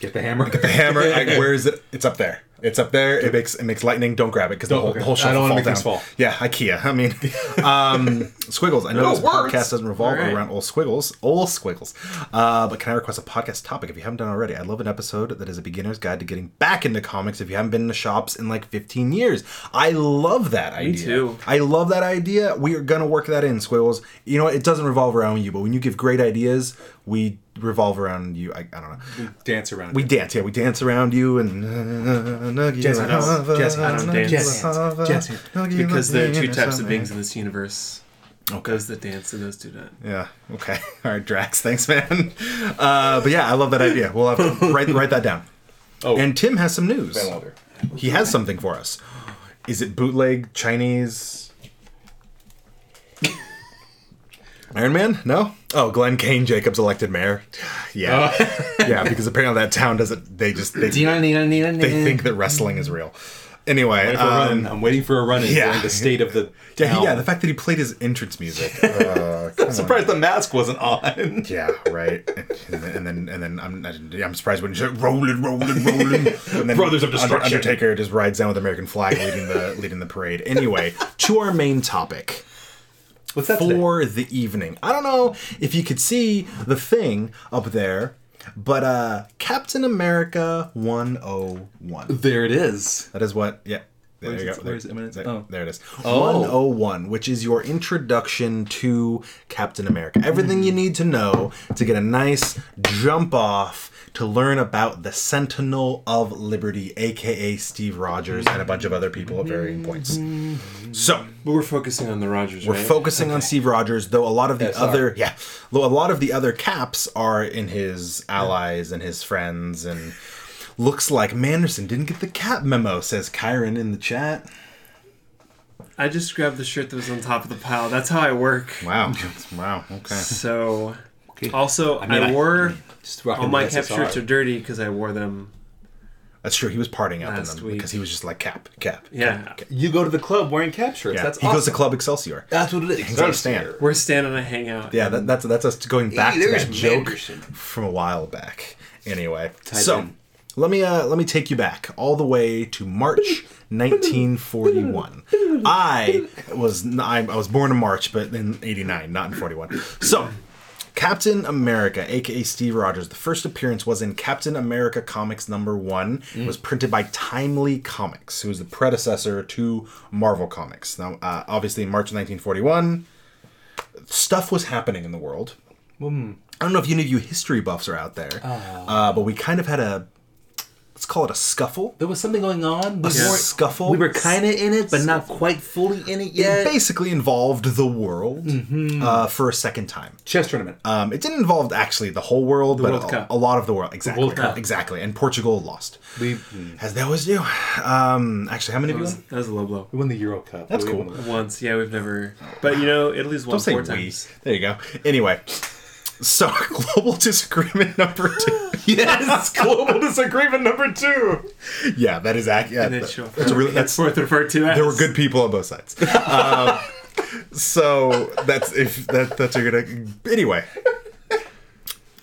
S4: Get the hammer.
S1: the hammer. I, where is it? It's up there. It's up there. It makes it makes lightning. Don't grab it because the whole, the whole
S4: I
S1: shelf
S4: don't
S1: will
S4: wanna
S1: fall
S4: make
S1: down.
S4: things fall.
S1: Yeah, IKEA. I mean, um, squiggles. I know this
S4: words.
S1: podcast doesn't revolve
S3: All right.
S1: around old squiggles, old squiggles. Uh, but can I request a podcast topic if you haven't done already? I'd love an episode that is a beginner's guide to getting back into comics if you haven't been in the shops in like 15 years. I love that idea.
S3: too.
S1: I love that idea. We are gonna work that in, Squiggles. You know what? It doesn't revolve around you, but when you give great ideas, we revolve around you. I, I don't know.
S4: Dance around.
S1: We dance, yeah. We dance around you and
S4: Jazz hands. Jazz
S3: I
S4: hands.
S3: don't dance.
S4: Jazz hands. Jazz hands.
S3: Because there are two types of beings in this universe. Those that dance and those do not.
S1: Yeah. Okay. All right, Drax. Thanks, man. Uh, but yeah, I love that idea. We'll have to write write that down.
S4: Oh.
S1: And Tim has some news.
S4: Van Wilder.
S1: He has something for us. Is it bootleg Chinese? Iron Man? No. Oh, Glenn Kane Jacobs elected mayor. Yeah,
S3: Oh.
S1: yeah. Because apparently that town doesn't. They just they, they
S4: Eh.
S1: think that wrestling is real. Anyway,
S4: For a
S1: um,
S4: run. I'm waiting for a run in
S1: yeah.
S4: during the state of the
S1: Yeah,
S4: town.
S1: he- yeah. The fact that he played his entrance music. Uh, come on.
S4: surprised the mask wasn't on.
S1: Yeah, right. And, and then and then I'm I didn't- I'm surprised when he said rolling, rolling, rolling. And then
S4: Brothers of Destruction.
S1: Under- Undertaker just rides down with the American flag, leading the leading the parade. Anyway, to our main topic
S4: What's that? today?
S1: for the evening. I don't know if you could see the thing up there, but uh Captain America 101.
S2: there it is.
S1: That is what. Yeah. There
S2: is
S1: you
S2: it-
S1: go.
S2: where
S1: There,
S2: is it? Minutes-
S1: there-
S2: oh.
S1: there it is. 101, which is your introduction to Captain America. Everything
S2: Hmm.
S1: you need to know to get a nice jump off to learn about the Sentinel of Liberty, aka Steve Rogers, and a bunch of other people at varying points. So,
S3: But we're focusing on the Rogers,
S1: we're
S3: right?
S1: focusing on Steve Rogers, though a lot of the
S4: That's
S1: other yeah, though a lot of the other caps are in his allies and his friends, and looks like Manderson didn't get the cap memo. Says Kyron in the chat.
S3: I just grabbed the shirt that was on top of the pile. That's how I work.
S1: Wow, wow, okay.
S3: So, also, I,
S4: mean, I-
S3: wore
S4: Just rocking
S3: all my
S4: the
S3: cap
S4: SSR.
S3: shirts are dirty because I wore them.
S1: That's true. He was partying up in
S3: Last
S1: them
S3: week.
S1: because he was just like cap, cap.
S3: Yeah,
S2: You go to the club wearing cap shirts.
S1: Yeah,
S2: That's
S1: he
S2: awesome.
S1: goes to Club Excelsior.
S2: That's what it is.
S1: Hangs out with Stan.
S3: we're standing. I hang out.
S1: Yeah, that, that's that's us going back to
S2: there's
S1: that joke
S2: Manderson.
S1: from a while back. Anyway, so let me uh, let me take you back all the way to March 1941. I was n- I, I was born in March, but in '89, not in 41. So. Captain America, aka Steve Rogers, the first appearance was in Captain America Comics number one. It was printed by Timely Comics, who was the predecessor to Marvel Comics. Now, uh, obviously, in March 1941, stuff was happening in the world. I don't know if you knew you history buffs are out there, uh, but we kind of had a let's call it a scuffle.
S2: There was something going on. We
S1: Yeah.
S2: weren't-
S1: Scuffle.
S2: We were kind of in it, but not quite fully in it
S1: It
S2: yet.
S1: basically involved the world uh, for a second time.
S4: chess tournament. Uh,
S1: Um, it didn't involve actually the whole world, but
S3: World
S1: a,
S3: Cup.
S1: a lot of the world. Exactly,
S2: World Cup.
S1: exactly. And Portugal lost,
S2: We,
S1: as they always do. Um, actually, how many of
S3: That
S1: you?
S3: was,
S1: won?
S3: that was a low blow.
S4: we won the Euro Cup.
S1: That's
S4: We
S1: cool.
S4: won the-
S3: Once, yeah, we've never. But you know, Italy's won
S1: Don't say
S3: four
S1: we.
S3: times.
S1: There you go. Anyway, so global disagreement number two.
S4: Yes, global disagreement number two.
S1: yeah, that is accurate.
S3: And
S1: Yeah,
S3: then
S1: that-
S3: she'll-
S1: that's a really that's
S3: Fourth or fourth two.
S1: there were good people on both sides. Um, so that's if that that's you're gonna anyway.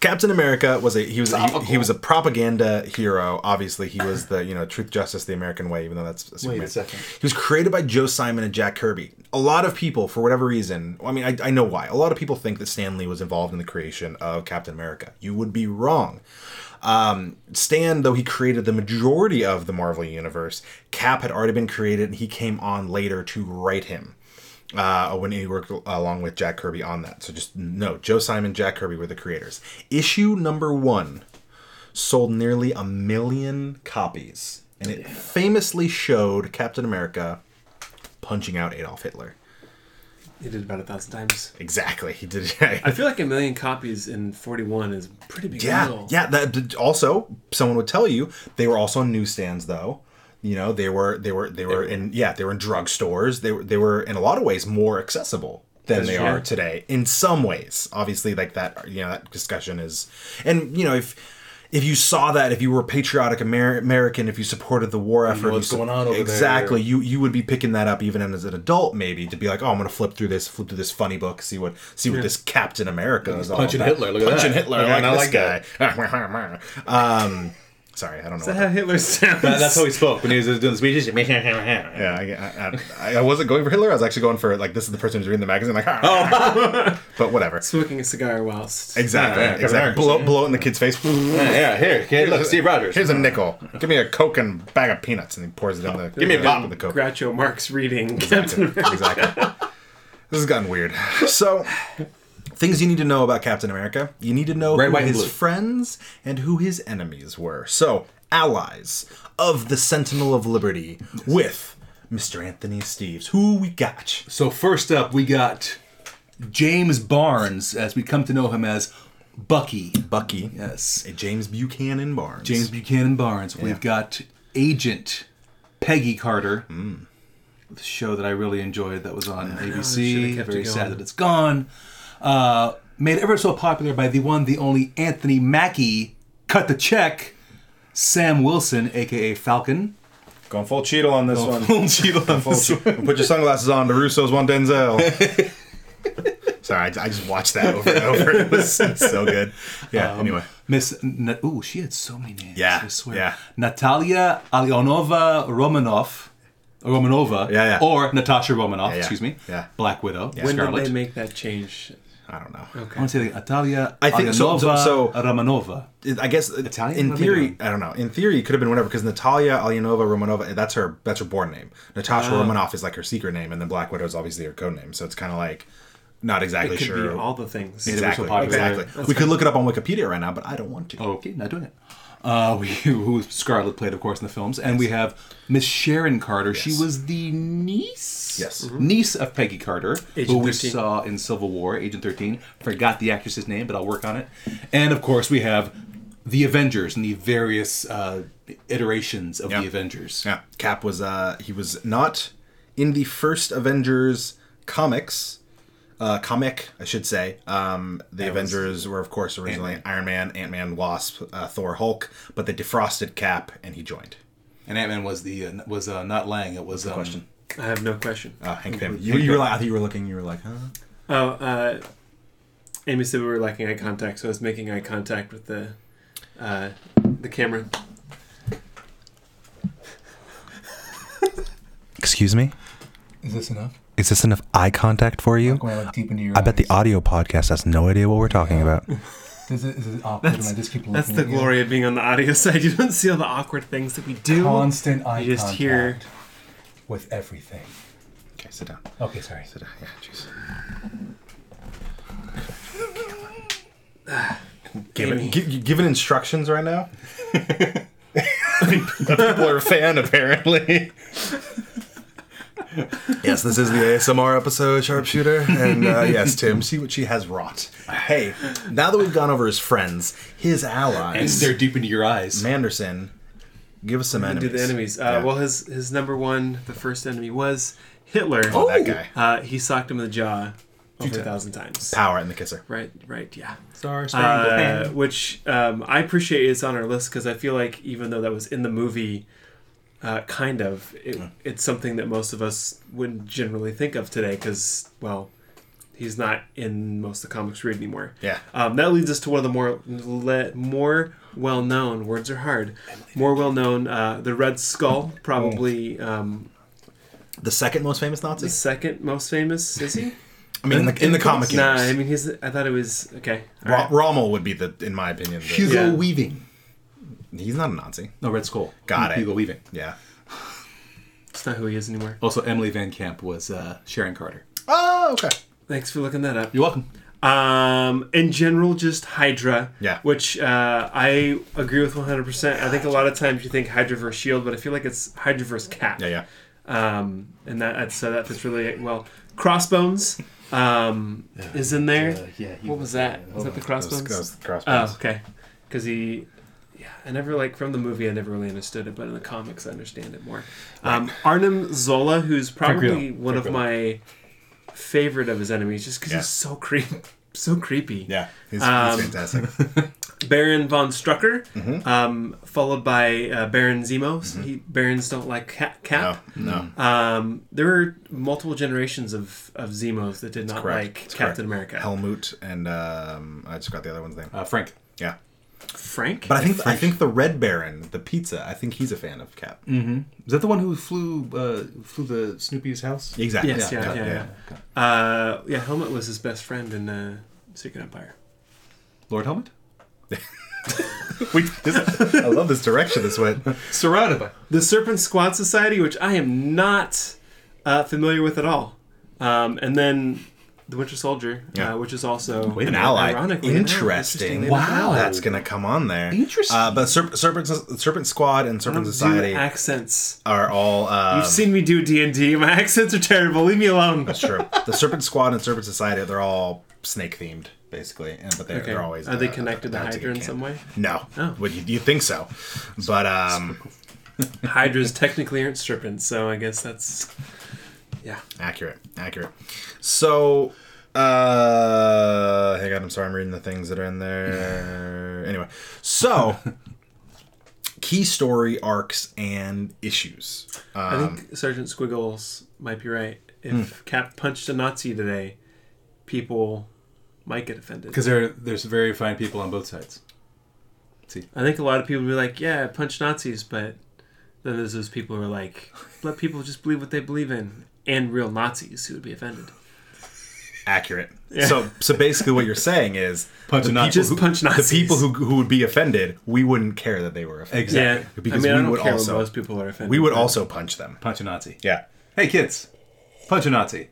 S1: Captain America was a he was he, he was a propaganda hero. Obviously, he was the you know truth, justice, the American way. Even though that's Superman.
S4: second.
S1: He was created by Joe Simon and Jack Kirby. A lot of people, for whatever reason, I mean, I, I know why. A lot of people think that Stan Lee was involved in the creation of Captain America. You would be wrong. Um, Stan, though he created the majority of the Marvel universe, Cap had already been created, and he came on later to write him uh, when he worked along with Jack Kirby on that. So just no, Joe Simon, Jack Kirby were the creators. Issue number one sold nearly a million copies, and it famously showed Captain America punching out Adolf Hitler.
S3: He did about a thousand times.
S1: Exactly, he did.
S3: I feel like a million copies in 41 is a pretty big
S1: Yeah,
S3: deal.
S1: yeah. That did- also, someone would tell you they were also on newsstands, though. You know, they were they were they were in yeah they were in drugstores. They were they were in a lot of ways more accessible than they are today. In some ways, obviously, like that you know that discussion is, and you know if. If you saw that, if you were a patriotic Amer- American, if you supported the war effort,
S4: what's
S1: you
S4: going on over there.
S1: exactly, you you would be picking that up even as an adult, maybe to be like, oh, I'm gonna flip through this, flip through this funny book, see what see what this Captain America is all
S4: punching
S1: about.
S4: Hitler, look at
S1: punching
S4: that.
S1: Hitler,
S4: Like,
S1: I
S4: I
S1: like
S4: like
S1: this guy. um, sorry, I don't know. what
S3: Is that how
S1: that-
S3: Hitler sounds?
S4: That- that's how he spoke when he was doing the speeches.
S1: yeah, I- I, I, I wasn't going for Hitler. I was actually going for like this is the person who's reading the magazine. Like, but whatever.
S3: Smoking a cigar whilst.
S1: Exactly,
S4: Oh. Yeah, yeah,
S1: exactly.
S4: Americans,
S1: Blow, blow it in the kid's face.
S4: Yeah, here, kid, look, Steve Rogers.
S1: Here's a nickel. Give me a coke and bag of peanuts, and he pours it in the. Give
S4: me a bottle.
S1: the coke.
S3: Groucho Marx reading Captain America.
S1: exactly. This has gotten weird. So, things you need to know about Captain America. You need to know
S4: Red,
S1: who
S4: white, and
S1: his
S4: blue.
S1: friends and who his enemies were. So, allies of the Sentinel of Liberty with Mr. Anthony Steves. Who we got?
S4: So first up, we got James Barnes, as we come to know him as Bucky.
S1: Bucky.
S4: Yes,
S1: James Buchanan Barnes.
S4: James Buchanan Barnes. We've got Agent Peggy Carter,
S1: Mm.
S4: the show that I really enjoyed that was on
S3: should have
S4: ABC.
S3: kept it
S4: Very sad
S3: going.
S4: that it's gone. Uh, made ever so popular by the one, the only Anthony Mackie. Cut the check. Sam Wilson, aka Falcon.
S1: Going full Cheeto on this one.
S4: Full
S1: Put your sunglasses on. The Russos want Denzel. Sorry, I, I just watched that over and over. It was so good. Yeah,
S4: Um,
S1: anyway.
S4: Miss, Na- ooh, she had so many names.
S1: Yeah,
S4: I swear.
S1: yeah.
S4: Natalia Alionova Romanoff, Romanova,
S1: Yeah, yeah.
S4: or Natasha Romanoff.
S1: Yeah, yeah,
S4: Excuse me.
S1: yeah.
S4: Black Widow.
S3: When
S4: Scarlet.
S3: did they make that change?
S1: I don't know.
S4: I want to say like Natalia
S1: I think- so-
S4: Alionova
S1: so- so-
S4: Romanova.
S1: I guess uh,
S4: Italian?
S1: in
S4: Let me
S1: theory, I don't know. In theory, it could have been whatever because Natalia Alyanova Romanova that's her that's her born name. Natasha Romanoff is like her secret name, and then Black Widow is obviously her code name. So it's kind of like not exactly
S3: It could
S1: sure.
S3: be all the things.
S1: exactly,
S4: popular.
S1: exactly. we could look it up on Wikipedia right now, but I don't want to.
S4: Okay, not doing it. Uh, we, who Scarlet played, of course, in the films, and we have Miss Sharon Carter. She
S1: Yes.
S4: was the niece,
S1: Yes.
S4: niece of Peggy Carter,
S3: Agent
S4: who we
S3: 13.
S4: saw in Civil War, Agent Thirteen. Forgot the actress's name, but I'll work on it. And of course, we have the Avengers and the various uh, iterations of
S1: Yeah.
S4: the Avengers.
S1: Yeah, Cap was uh he was not in the first Avengers comics. Uh, comic, I should say. Um, the Avengers were, of course, originally Iron Man, Ant Man, Wasp, uh, Thor, Hulk, but they defrosted Cap and he joined.
S4: And Ant Man was the uh, n- was uh, not Lang. It was um,
S1: question.
S3: I have no question.
S1: Uh, Hank Pym. You, you were like, I think you were looking. You were like, huh?
S3: Oh, uh, Amy said we were lacking eye contact, so I was making eye contact with the uh, the camera.
S1: Excuse me?
S4: Is this enough?
S1: Is this enough eye contact for you?
S4: Going like deep into your.
S1: I bet the audio podcast has no idea what we're talking about.
S4: This is, awkward,
S3: and I
S4: just keep
S3: That's the glory of being on the audio side. You don't see all the awkward things that we do.
S4: Constant eye
S3: You just hear.
S4: with everything.
S1: Okay, sit down.
S4: Okay, sorry.
S1: Sit down. Yeah, jeez.
S3: Amy.
S1: Given, gi- you given instructions right now? People are a fan, apparently. yes, this is the ASMR episode, Sharpshooter. And uh, yes, Tim, see what she has wrought. Hey, now that we've gone over his friends, his
S4: And
S1: allies,
S4: stare deep into your eyes.
S1: Manderson, give us some
S3: Do
S1: enemies.
S3: the enemies. Uh,
S1: Yeah.
S3: Well, his his number one, the first enemy was Hitler.
S1: Oh, that guy.
S3: Uh, he socked him in the jaw over a thousand times.
S1: Power and the kisser.
S3: Right, right, yeah.
S4: Star
S3: Uh, which um, I appreciate it's on our list because I feel like even though that was in the movie, uh, kind of, it, it's something that most of us wouldn't generally think of today because, well, he's not in most of the comics we read anymore.
S1: Yeah.
S3: Um, that leads us to one of the more le- more well known words are hard, more well known uh, the Red Skull probably um,
S1: The second most famous Nazi.
S3: the second most famous is he?
S1: I mean, in the, in the comic
S3: Nah,
S1: universe.
S3: I mean he's I thought it was okay. all
S1: Ro-
S3: right.
S1: Rommel would be the, in my opinion, the,
S4: Hugo
S3: Yeah.
S4: Weaving.
S1: he's not a Nazi.
S4: Mm-hmm. No, Red Skull.
S1: Got it.
S4: Hugo Weaving.
S1: Yeah.
S3: It's not who he is anymore.
S4: Also, Emily Van Camp was uh, Sharon Carter.
S1: Oh, okay.
S3: Thanks for looking that up.
S4: You're welcome.
S3: Um, in general, just Hydra.
S1: Yeah.
S3: Which uh, I agree with 100%. I think a lot of times you think Hydra versus Shield, but I feel like it's Hydra versus Cap.
S1: Yeah, yeah.
S3: Um, and that that- so that fits really well. Crossbones um, is in there.
S4: yeah. he
S3: what was that? Was that
S1: That
S3: the
S1: was,
S3: Crossbones?
S1: that was the
S3: oh,
S1: crossbones.
S3: okay. Because he, yeah, I never like from the movie. I never really understood it, but in the comics, I understand it more. Um, Arnim Zola, who's probably
S4: Grillo.
S3: one of my favorite of his enemies, just because
S1: Yeah.
S3: he's so creep, so creepy.
S1: Yeah, he's,
S3: Um,
S1: he's fantastic.
S3: Baron von Strucker,
S1: Mm-hmm.
S3: um, followed by uh, Baron Zemos. He, barons don't like ca-
S1: No,
S3: Cap.
S1: Mm-hmm. no.
S3: Um, there were multiple generations of, of Zemos that did not
S1: correct.
S3: like
S1: It's
S3: Captain
S1: correct.
S3: America.
S1: Helmut and um, I just got the other one's name.
S4: Uh, Frank.
S1: Yeah,
S3: Frank?
S1: but I think I think the Red Baron, the pizza. I think he's a fan of Cap.
S3: Mm.
S4: Is that the one who flew uh, flew the Snoopy's house?
S1: Exactly.
S3: yes, yeah, yeah, yeah. Yeah, Uh, yeah Helmet was his best friend in uh, Secret Empire.
S4: Lord Helmet?
S1: We, this, I love this direction this went.
S2: Surrounded by.
S3: The Serpent Squad Society, which I am not uh, familiar with at all. Um, and then the Winter Soldier,
S1: Yeah.
S3: uh, which is also
S1: An ally.
S3: Ironically, an ally.
S1: interesting.
S3: Interesting.
S4: Wow.
S1: that's gonna come on there.
S4: Interesting.
S1: Uh, but Serp- Serpent Serpent Squad and
S3: I don't
S1: Serpent
S3: Um, do
S1: Society
S3: accents.
S1: are all. Um,
S3: You've seen me do D and D. My accents are terrible. Leave me alone.
S1: That's true. The Serpent Squad and Serpent Society, they're all snake themed, basically. And but they're,
S3: Okay.
S1: they're always
S3: Are they connected to
S1: that's a
S3: Hydra
S1: good
S3: in
S1: camp.
S3: some way?
S1: No.
S3: Oh.
S1: Would you, you think so? But um,
S3: Hydras technically aren't serpents, so I guess that's yeah.
S1: accurate, accurate. So, uh, hang on. I'm sorry. I'm reading the things that are in there. anyway, so key story arcs and issues.
S3: I
S1: Um,
S3: think Sergeant Squiggles might be right. If
S1: hmm.
S3: Cap punched a Nazi today, people might get offended.
S4: Because there, there's very fine people on both sides.
S3: I think a lot of people would be like, "Yeah, I punched Nazis," but then there's those people who are like, "Let people just believe what they believe in," and real Nazis who would be offended.
S1: Accurate. So, so basically, what you're saying is
S4: Punch a
S1: the
S4: Nazi.
S1: people
S3: Just
S1: who-
S3: punch Nazis.
S1: The people who, who would be offended, we wouldn't care that they were offended.
S3: yeah,
S1: Because
S3: I mean,
S1: we
S3: I don't
S1: would
S3: care
S1: also-
S3: when most people are offended.
S1: We would
S3: but-
S1: also punch them.
S4: Punch a Nazi.
S1: Yeah.
S4: Hey, kids. Punch a Nazi.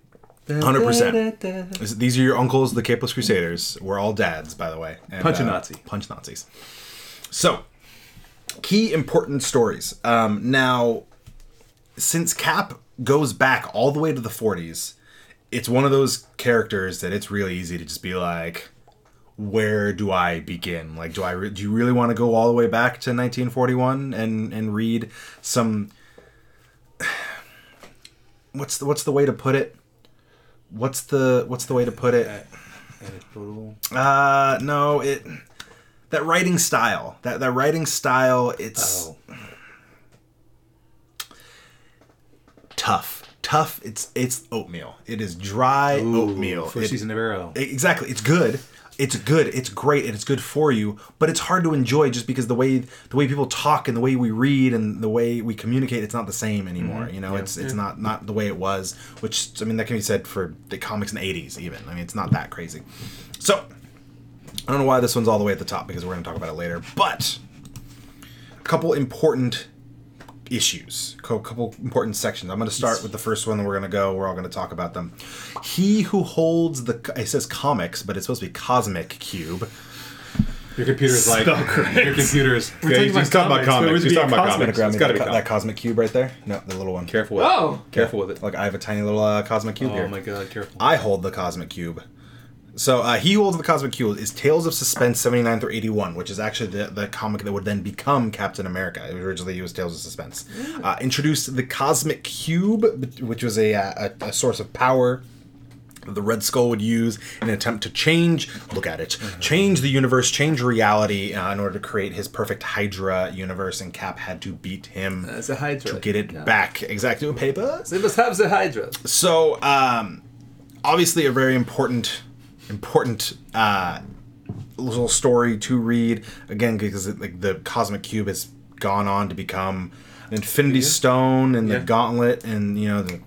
S1: 100%. This- These are your uncles, the Capeless Crusaders. We're all dads, by the way. And, uh,
S4: Punch a Nazi.
S1: Punch Nazis. So, key important stories. Um, now, since Cap goes back all the way to the 40s, it's one of those characters that it's really easy to just be like, where do I begin? Like, do I re- do you really want to go all the way back to 1941 and and read some? What's the, what's the way to put it? What's the what's the way to put it? Uh, no, it that writing style that that writing style it's
S4: Oh.
S1: tough. Tough. It's it's oatmeal. It is dry oatmeal.
S4: First
S1: It-
S4: season of Arrow.
S1: E, Exactly. It's good. It's good. It's great, and it's good for you. But it's hard to enjoy just because the way the way people talk and the way we read and the way we communicate, it's not the same anymore. You know, it's it's not not the way it was. Which I mean, that can be said for the comics in the '80s. Even I mean, it's not that crazy. So I don't know why this one's all the way at the top because we're going to talk about it later. But a couple important issues, co- couple important sections. I'm going to start with the first one, and we're going to go. We're all going to talk about them. He who holds the it says comics, but it's supposed to be cosmic cube.
S4: Your computer's like. Your computer's.
S3: We're talking about comics. Where would it be a cosmic?
S1: Grab me
S4: It's gotta
S1: that, co-
S4: be comic.
S1: that cosmic cube right there. No, the little one.
S4: Careful with
S2: Oh.
S4: it. Careful with it.
S1: Look, I have a tiny little uh, cosmic cube here.
S4: Oh my god, careful.
S1: I hold the cosmic cube. So uh, he who holds the cosmic cube is Tales of Suspense seventy nine through eighty one, which is actually the, the comic that would then become Captain America. It originally was Tales of Suspense. Uh, introduced the cosmic cube, which was a, uh, a, a source of power that the Red Skull would use in an attempt to change. Look at it,
S2: Mm-hmm.
S1: change the universe, change reality uh, in order to create his perfect Hydra universe. And Cap had to beat him
S2: That's a Hydra.
S1: to get it back. Exactly, papers.
S2: They must have the Hydra.
S1: So, um, obviously a very important important uh, little story to read again because it, like the cosmic cube has gone on to become an infinity stone and the
S3: Yeah.
S1: gauntlet and you know the,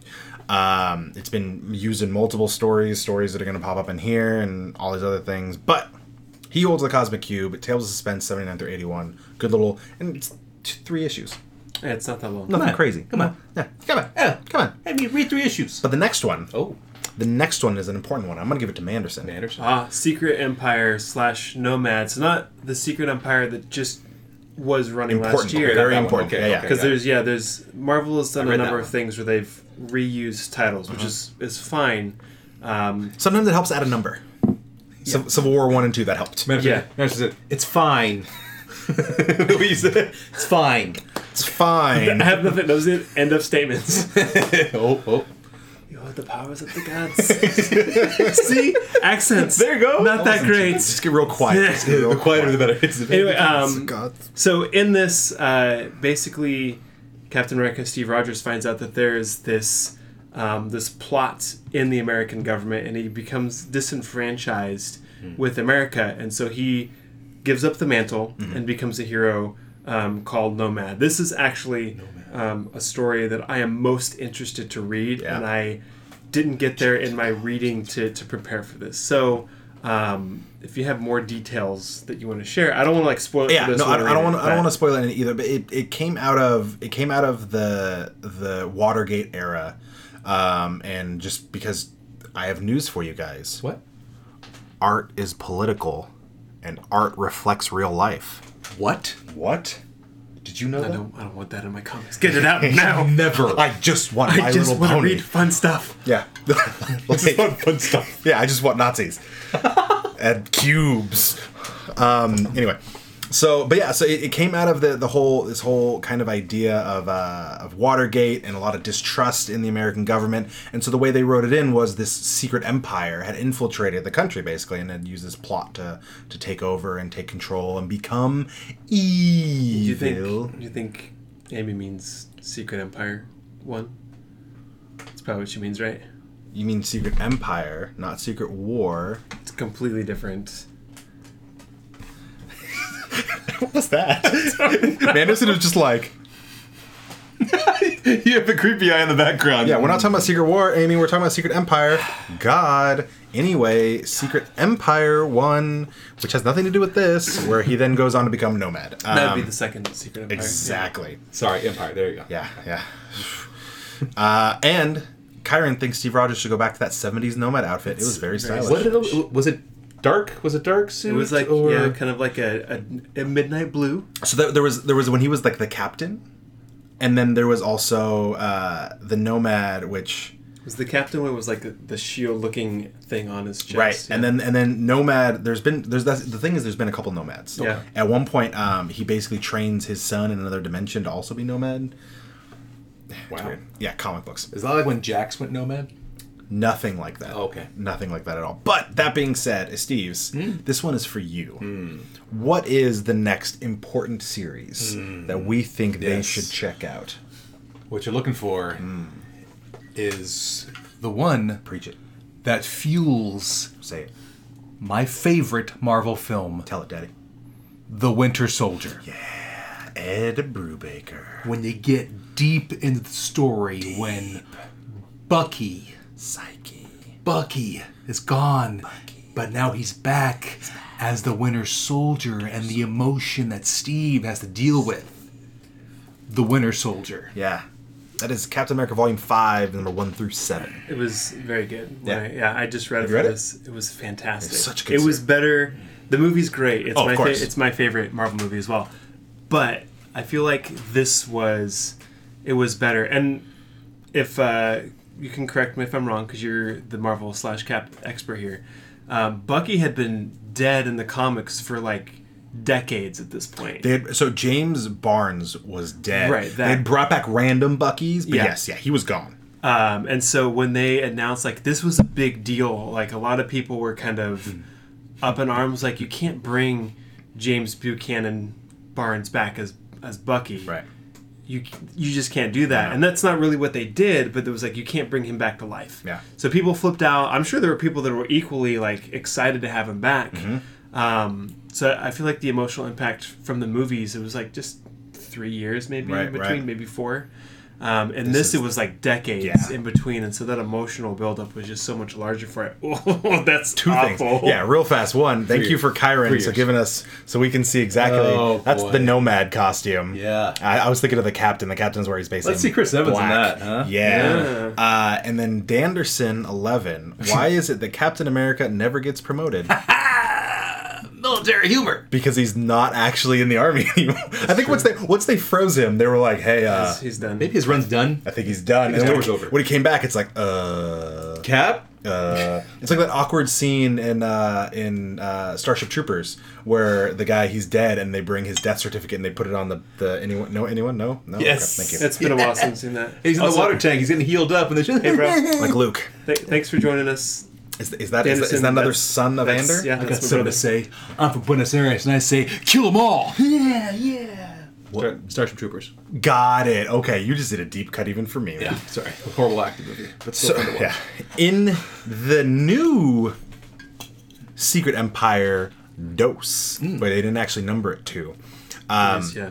S1: um, it's been used in multiple stories stories that are going to pop up in here and all these other things but he holds the cosmic cube tales of suspense 79 through 81 good little and it's t- three issues
S3: Yeah, it's not that long.
S1: nothing
S4: on,
S1: crazy
S4: come on.
S1: yeah come on
S4: Yeah.
S1: come on
S4: I mean, read three issues.
S1: but the next one
S4: Oh,
S1: the next one is an important one i'm going to give it to manderson
S4: Anderson.
S3: Ah, Secret Empire slash Nomads. Not the Secret Empire that just was running
S1: important
S3: last year.
S1: very
S4: that one.
S1: important
S4: Okay,
S1: yeah,
S4: okay.
S1: yeah.
S3: because there's yeah there's Marvel has done a
S4: read that
S3: number of
S4: one.
S3: things where they've reused titles,
S1: Uh-huh.
S3: which is is fine. Um,
S1: Sometimes it helps add a number. Civ- Civil War one and two that helped.
S3: Yeah.
S4: Anderson said, it's fine. we said, it's fine.
S1: It's
S3: I
S1: fine.
S3: have nothing. Those are the end of statements.
S4: oh, oh.
S3: You're the powers of the gods. See accents. There
S4: you go.
S3: Not that great.
S1: Just get real quiet. Just get real
S4: The quieter the better. It's the
S3: Anyway, um,
S1: Gods.
S3: So in this, uh, basically, Captain America, Steve Rogers finds out that there is this um, this plot in the American government, and he becomes disenfranchised with America, and so he gives up the mantle and becomes a hero um, called Nomad. This is actually um, a story that I am most interested to read,
S1: Yeah.
S3: and I didn't get there in my reading to, to prepare for this. So. Um, if you have more details that you want to share, I don't want to like spoil it.
S1: Yeah,
S3: for those
S1: no,
S3: who
S1: I don't, I don't
S3: read
S1: want.
S3: it,
S1: I don't
S3: but-
S1: want to spoil it either. But it, it came out of it came out of the the Watergate era, um, and just because I have news for you guys,
S4: What?
S1: art is political, and art reflects real life.
S4: What?
S1: What? Did you know
S3: I
S1: that?
S3: don't, I don't want that in my comics. Get it out now.
S4: Never.
S1: I just want My
S3: I just
S1: Little
S3: want to
S1: Pony.
S3: read fun stuff.
S1: Yeah. Like-
S4: fun stuff.
S1: Yeah, I just want Nazis and cubes. Um, anyway, so but yeah, so it, it came out of the the whole this whole kind of idea of uh, of Watergate and a lot of distrust in the American government, and so the way they wrote it in was this secret empire had infiltrated the country basically and had used this plot to to take over and take control and become evil.
S3: Do you think? Do you think Amy means Secret Empire One? That's probably what she means, right?
S1: You mean secret empire, not secret war?
S3: It's completely different.
S1: What was that? Anderson was just like.
S4: you have a creepy eye in the background.
S1: Yeah, we're not talking about Secret War, Amy. We're talking about Secret Empire. God. Anyway, Secret Empire one, which has nothing to do with this, where he then goes on to become nomad. Um,
S3: That would be the second Secret Empire.
S1: exactly.
S4: Sorry, Empire. There you go.
S1: Yeah, yeah. Uh, and Kyron thinks Steve Rogers should go back to that '70s nomad outfit. It was very
S3: very
S1: stylish.
S4: What did it, was it? Dark? Was it dark suit?
S3: It was like
S4: or...
S3: yeah, kind of like a, a, a midnight blue.
S1: So there, there was there was when he was like the captain, and then there was also uh, the nomad, which.
S3: Was the captain one was like the, the shield looking thing on his chest?
S1: right and
S3: yeah.
S1: then and then nomad there's been there's that's the thing is there's been a couple nomads
S3: Yeah.
S1: at one point um he basically trains his son in another dimension to also be nomad
S4: wow.
S1: yeah comic books
S4: Is that like when Jax went nomad?
S1: nothing like that
S4: Okay.
S1: nothing like that at all but that being said steve's this one is for you what is the next important series that we think they
S4: Yes.
S1: should check out
S4: What you're looking for
S1: Hmm.
S4: is the one
S1: preach it
S4: that fuels
S1: say it
S4: my favorite Marvel film,
S1: tell it daddy
S4: The Winter Soldier.
S1: ed brubaker
S4: When you get deep into the story, when Bucky
S1: psyche
S4: Bucky is gone, but now he's back, as the Winter Soldier and the emotion that Steve has to deal with. The Winter Soldier.
S1: yeah that is captain america volume 5 number 1 through 7
S3: It was very good.
S1: Yeah.
S3: Yeah, I, yeah, I just read it.
S1: you read
S3: for
S1: it?
S3: this. It was fantastic.
S1: It's such a good
S3: It was
S1: series.
S3: better. The movie's great. It's
S1: Oh, of
S3: my
S1: course.
S3: it's my favorite Marvel movie as well. But I feel like this was it was better. And if uh, you can correct me if I'm wrong, because you're the Marvel slash Cap expert here, um, Bucky had been dead in the comics for like decades at this point.
S1: They had, so James Barnes was dead.
S3: Right, that-
S1: They had brought back random Buckies, but
S3: Yeah.
S1: yes, yeah, he was gone.
S3: Um, and so when they announced like this was a big deal, like a lot of people were kind of up in arms, like you can't bring James Buchanan Barnes back as as Bucky. you you just can't do that. And that's not really what they did, but it was like you can't bring him back to life.
S1: Yeah.
S3: So people flipped out. I'm sure there were people that were equally like excited to have him back.
S1: Mm-hmm.
S3: Um, so I feel like the emotional impact from the movies it was like just three years maybe
S1: Right,
S3: in between,
S1: right.
S3: maybe four. Um, and this, it was like decades
S1: Yeah.
S3: in between, and so that emotional buildup was just so much larger for it. Oh, that's
S1: Two
S3: awful.
S1: things. Yeah, real fast. One, thank you
S4: years.
S1: for Kyron
S4: Three
S1: for
S4: years.
S1: giving us so we can see exactly.
S4: Oh,
S1: that's
S4: boy.
S1: the nomad costume.
S4: Yeah.
S1: I, I was thinking of the captain. The captain's where he's based.
S4: Let's
S1: in
S4: see Chris Evans in
S1: black.
S4: that, huh?
S1: Yeah. Uh, and then Danderson eleven. Why is it that Captain America never gets promoted?
S2: Military humor.
S1: because he's not actually in the army anymore. I think once they once they froze him, they were like, "Hey, uh,
S3: He's done.
S4: Maybe his run's done.
S1: I think he's done."
S4: his
S1: And
S4: tour's
S1: when,
S4: over.
S1: when he came back, it's like, "Uh,
S4: Cap?
S1: uh." It's like that awkward scene in uh, in uh, Starship Troopers where the guy he's dead, and they bring his death certificate and they put it on the the anyone no anyone no no
S4: Yes.
S1: Okay, thank you
S3: It's been a while since I've seen that.
S4: He's in
S3: Also,
S4: the water tank. He's getting healed up, and they just
S3: Hey, bro.
S1: like Luke
S3: Th- thanks for joining us.
S1: is is that is, that- is
S3: Anderson,
S1: that another
S3: that's-
S1: son of
S3: that's-
S1: Ander?
S3: yeah,
S4: I
S3: that's
S4: got
S3: my
S4: something
S3: brother.
S4: to say. I'm from Buenos Aires, and I say, kill them all. Yeah, yeah.
S1: What?
S4: Starship Troopers.
S1: Got it. Okay, you just did a deep cut even for me.
S4: Yeah, sorry. Horrible acting movie, but still fun to watch.
S1: yeah. In the new Secret Empire Dose,
S3: Hmm.
S1: but they didn't actually number it to.
S4: Um,
S3: Yes, yeah.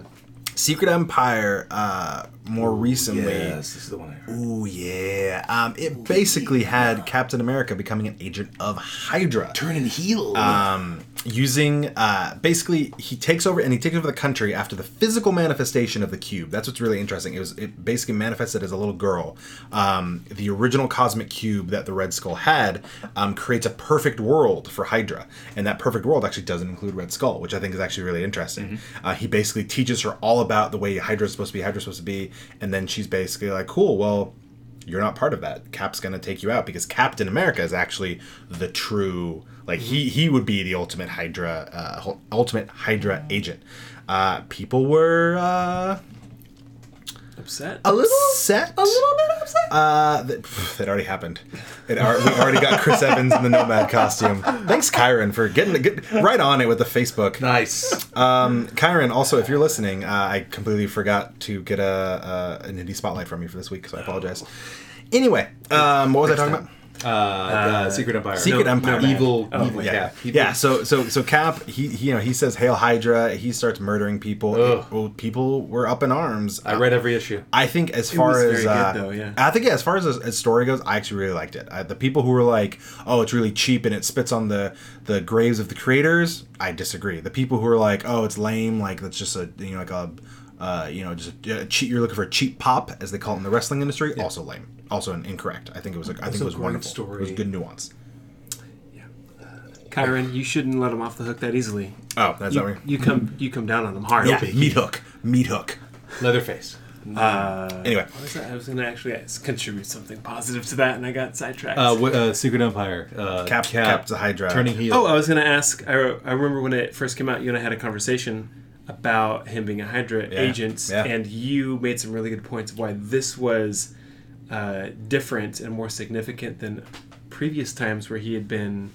S1: Secret Empire, uh, more recently.
S4: Yes, this is the one I heard.
S1: Oh yeah. Um, it basically had Captain America becoming an agent of Hydra.
S4: Burning heel.
S1: Um, using uh, basically he takes over and he takes over the country after the physical manifestation of the cube. That's what's really interesting. It was it basically manifested as a little girl. Um, the original cosmic cube that the Red Skull had um, creates a perfect world for Hydra, and that perfect world actually doesn't include Red Skull, which I think is actually really interesting. Uh, he basically teaches her all about the way Hydra's supposed to be, Hydra's supposed to be, and then she's basically like, "Cool, well." you're not part of that. Cap's gonna take you out because Captain America is actually the true like he he would be the ultimate Hydra uh, hu- ultimate Hydra agent. Uh, people were uh,
S3: Upset.
S1: a little upset. A little bit upset. Uh, that, pff, that already happened. It ar- we already got Chris Evans in the nomad costume. Thanks, Kyron, for getting the good, right on it with the Facebook.
S4: nice. Uh,
S1: Um, Kyron, also, if you're listening, uh, I completely forgot to get a, a an indie spotlight from you for this week, so I apologize. Anyway, um, what was I talking about?
S4: Uh, the Secret Empire.
S1: Secret Empire.
S4: Evil,
S3: Oh,
S4: evil
S1: yeah.
S4: Cap. He-
S1: Yeah, so so so Cap, he, he you know he says "Hail Hydra." He starts murdering people.
S4: Ugh.
S1: It- well, people were up in arms.
S4: I read every issue.
S1: I think as far
S3: was
S1: as
S3: very good,
S1: uh,
S3: though, yeah.
S1: I think yeah, as far as as story goes, I actually really liked it. I, the people who were like, "Oh, it's really cheap and it spits on the the graves of the creators," I disagree. The people who are like, "Oh, it's lame," like that's just a you know like a uh, you know just a, cheat. You're looking for a cheap pop, as they call it in the wrestling industry. Also lame. Also an incorrect. I think it was. Like, I think it was
S4: great
S1: wonderful. It was
S4: story.
S1: good nuance.
S3: Kyron, you shouldn't let him off the hook that easily.
S1: Oh, that's
S3: You,
S1: not right.
S3: you come you come down on him hard.
S1: Yeah, meat hook, meat hook.
S4: Leatherface.
S3: Uh,
S1: Anyway,
S3: what was that? I was going to actually contribute something positive to that, and I got sidetracked.
S4: Uh, wh- uh, Secret Empire. Uh,
S1: Cap, Cap, to Hydra.
S4: Turning heel.
S3: oh, I was going to ask. I, re- I remember when it first came out, you and I had a conversation about him being a Hydra agent,
S1: yeah.
S3: and you made some really good points of why this was uh, different and more significant than previous times where he had been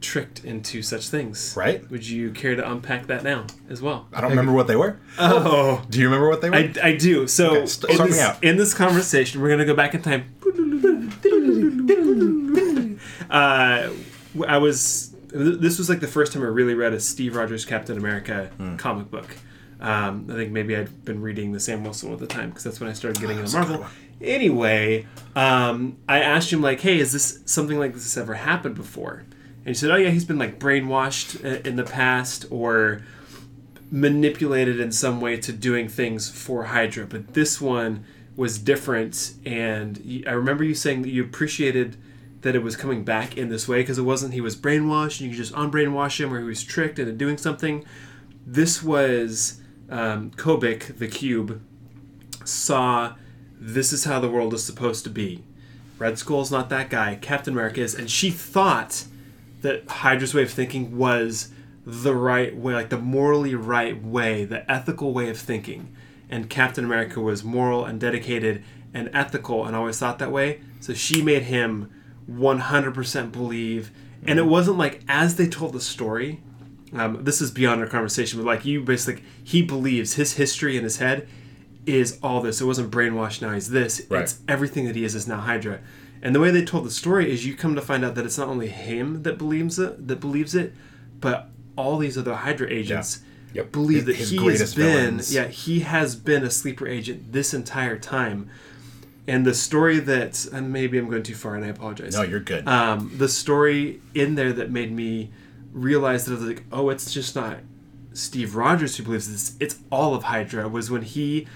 S3: tricked into such things.
S1: Right.
S3: Would you care to unpack that now as well?
S1: I don't remember what they were.
S3: Oh.
S1: Do you remember what they were?
S3: I, I do. So
S1: Okay, st-
S3: in,
S1: start me
S3: this,
S1: out.
S3: in this conversation, we're gonna go back in time. Uh, I was. This was like the first time I really read a Steve Rogers Captain America
S1: Hmm.
S3: comic book. Um, I think maybe I'd been reading the Sam Wilson one at the time because that's when I started
S1: Ah,
S3: getting into Marvel. Anyway, um, I asked him like, "Hey, is this something like this has ever happened before?" And he said, "Oh yeah, he's been like brainwashed uh, in the past, or." manipulated in some way to doing things for Hydra, but this one was different. And y- I remember you saying that you appreciated that it was coming back in this way because it wasn't he was brainwashed and you could just unbrainwash him or he was tricked into doing something. This was um, Kobik, the cube, saw this is how the world is supposed to be. Red Skull's not that guy, Captain America is, and she thought that Hydra's way of thinking was the right way, like the morally right way, the ethical way of thinking. And Captain America was moral and dedicated and ethical and always thought that way. So she made him 100% believe. And it wasn't like as they told the story, um, this is beyond our conversation, but like you basically, he believes his history in his head is all this. It wasn't brainwashed. Now he's this.
S1: Right.
S3: It's everything that he is is now Hydra. And the way they told the story is you come to find out that it's not only him that believes it, that believes it, but all these other Hydra agents
S1: Yeah. Yep.
S3: believe that
S1: His
S3: he has
S1: greatest
S3: been
S1: villains.
S3: yeah he has been a sleeper agent this entire time. And the story that and maybe I'm going too far and I apologize
S1: No, you're good.
S3: um, the story in there that made me realize that I was like, oh, it's just not Steve Rogers who believes this. It's all of Hydra. Was when he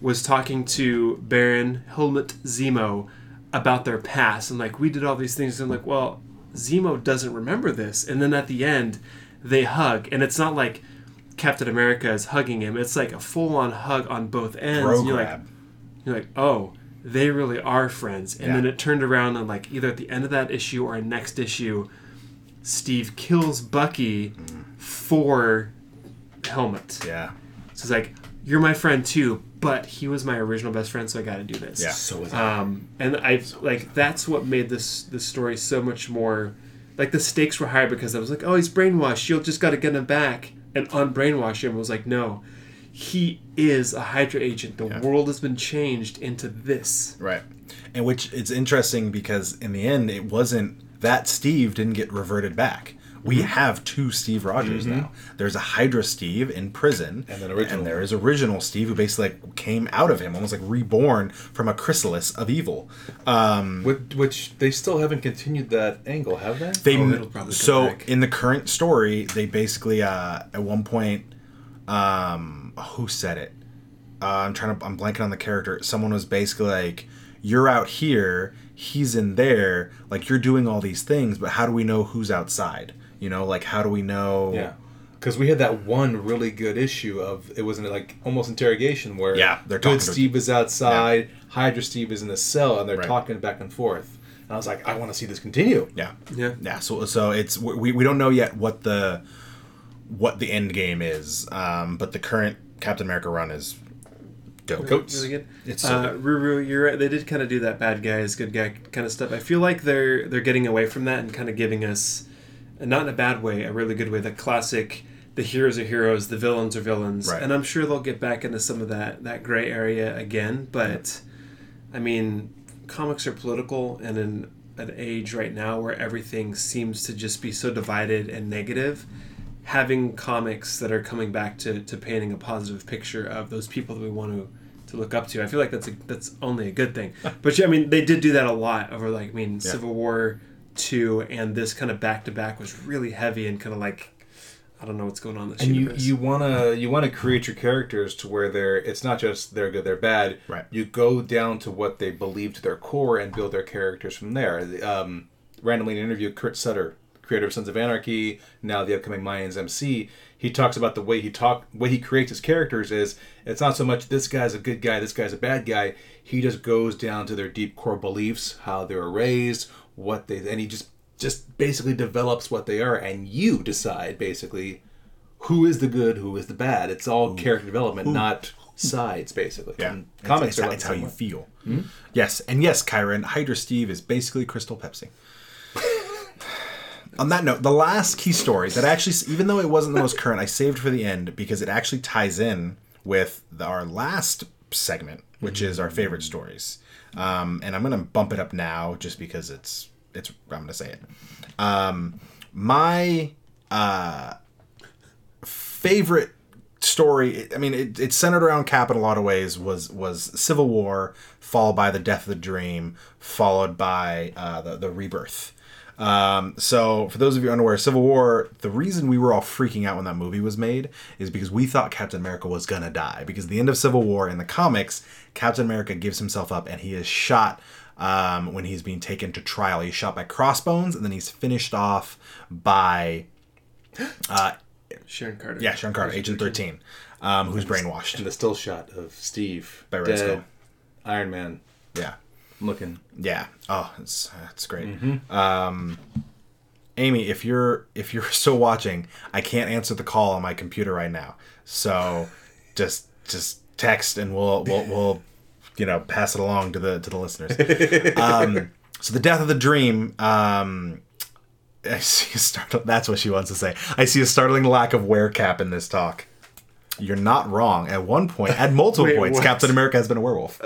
S3: was talking to Baron Helmut Zemo about their past and like we did all these things. And I'm like, well, Zemo doesn't remember this. And then at the end, they hug, and it's not like Captain America is hugging him. It's like a full-on hug on both ends.
S1: Bro
S3: And you're like,
S1: grab.
S3: you're like, oh, they really are friends. And
S1: Yeah.
S3: then it turned around and like either at the end of that issue or next issue, Steve kills Bucky for Helmet.
S1: yeah.
S3: So it's like, you're my friend too, but he was my original best friend, so I gotta do this.
S1: Yeah.
S4: So is
S3: Um, and I like that's what made this this story so much more like the stakes were higher because I was like, oh, he's brainwashed. You just got to get him back and unbrainwash him. I was like, no, he is a Hydra agent. The world has been changed into this.
S1: Right. And which it's interesting because in the end, it wasn't that Steve didn't get reverted back. We have two Steve Rogers now. There's a Hydra Steve in prison,
S4: And then original.
S1: and there is original Steve who basically like came out of him, almost like reborn from a chrysalis of evil.
S4: Which, which they still haven't continued that angle, have they?
S1: They
S3: Oh, it'll probably come
S1: so
S3: back.
S1: in the current story, they basically uh, at one point, um, who said it? Uh, I'm trying to. I'm blanking on the character. Someone was basically like, "You're out here, he's in there. Like you're doing all these things, but how do we know who's outside? You know, like how do we know?
S4: Yeah. Because we had that one really good issue of it was an, like almost interrogation where
S1: Yeah, they're talking
S4: good
S1: to-
S4: Steve is outside, Hydra Steve is in a cell, and they're
S1: Right.
S4: talking back and forth. And I was like, I want to see this continue.
S1: yeah,
S3: Yeah.
S1: yeah. So so it's we we don't know yet what the what the end game is. Um, but the current Captain America run is dope.
S4: Goats.
S3: Really good.
S1: It's so
S3: Uh, Ruru, you're right. They did kind of do that bad guys, good guy kind of stuff. I feel like they're they're getting away from that and kind of giving us, and not in a bad way, a really good way. The classic, the heroes are heroes, the villains are villains,
S1: Right.
S3: and I'm sure they'll get back into some of that that gray area again. But, I mean, comics are political, and in an age right now where everything seems to just be so divided and negative. Having comics that are coming back to, to painting a positive picture of those people that we want to to look up to. I feel like that's a, that's only a good thing. But yeah, I mean, they did do that a lot over like I mean, Civil War two and this kind of back to back was really heavy and kind of like I don't know what's going on in this
S4: And you,
S3: universe.
S4: you wanna you wanna create your characters to where they're it's not just they're good they're bad
S1: Right.
S4: you go down to what they believe to their core and build their characters from there. Um, randomly in an interview, Kurt Sutter, creator of Sons of Anarchy, now the upcoming Mayans MC, he talks about the way he talk way he creates his characters is it's not so much this guy's a good guy, this guy's a bad guy. He just goes down to their deep core beliefs, how they were raised, what they and he just just basically develops what they are, and you decide basically who is the good, who is the bad. It's all character development, not sides basically.
S1: Yeah,
S4: And
S1: It's-
S4: comics
S1: It's,
S4: are
S1: how-
S4: like
S1: it's how you
S4: someone-
S1: feel.
S4: Hmm?
S1: Yes, and yes, Kyron, Hydra Steve is basically Crystal Pepsi. On that note, the last key story that actually, even though it wasn't the most current, I saved for the end because it actually ties in with the- our last segment, which is our favorite
S4: Hmm.
S1: stories. Um, and I'm gonna bump it up now just because it's it's. I'm gonna say it. Um, my favorite story i mean it, it centered around cap in a lot of ways was was civil war followed by the death of the dream followed by uh, the, the rebirth um, so for those of you unaware civil war the reason we were all freaking out when that movie was made is because we thought captain america was gonna die because at the end of civil war in the comics captain america gives himself up and he is shot um, when he's being taken to trial he's shot by crossbones and then he's finished off by
S3: Sharon Carter.
S1: yeah sharon carter agent 13 um, who's brainwashed
S4: and the still shot of Steve
S1: By Red
S4: dead,
S1: Skull.
S4: Iron Man
S1: Yeah.
S4: looking.
S1: Yeah. Oh, it's that's great. Um,
S3: Mm-hmm.
S1: Amy, if you're if you're still watching, I can't answer the call on my computer right now. So just just text and we'll we'll we'll you know pass it along to the to the listeners. Um, so the death of the dream. Um, I see a startling. That's what she wants to say. I see a startling lack of wear cap in this talk. You're not wrong. At one point, at multiple
S3: Wait,
S1: points,
S3: what?
S1: Captain America has been a werewolf.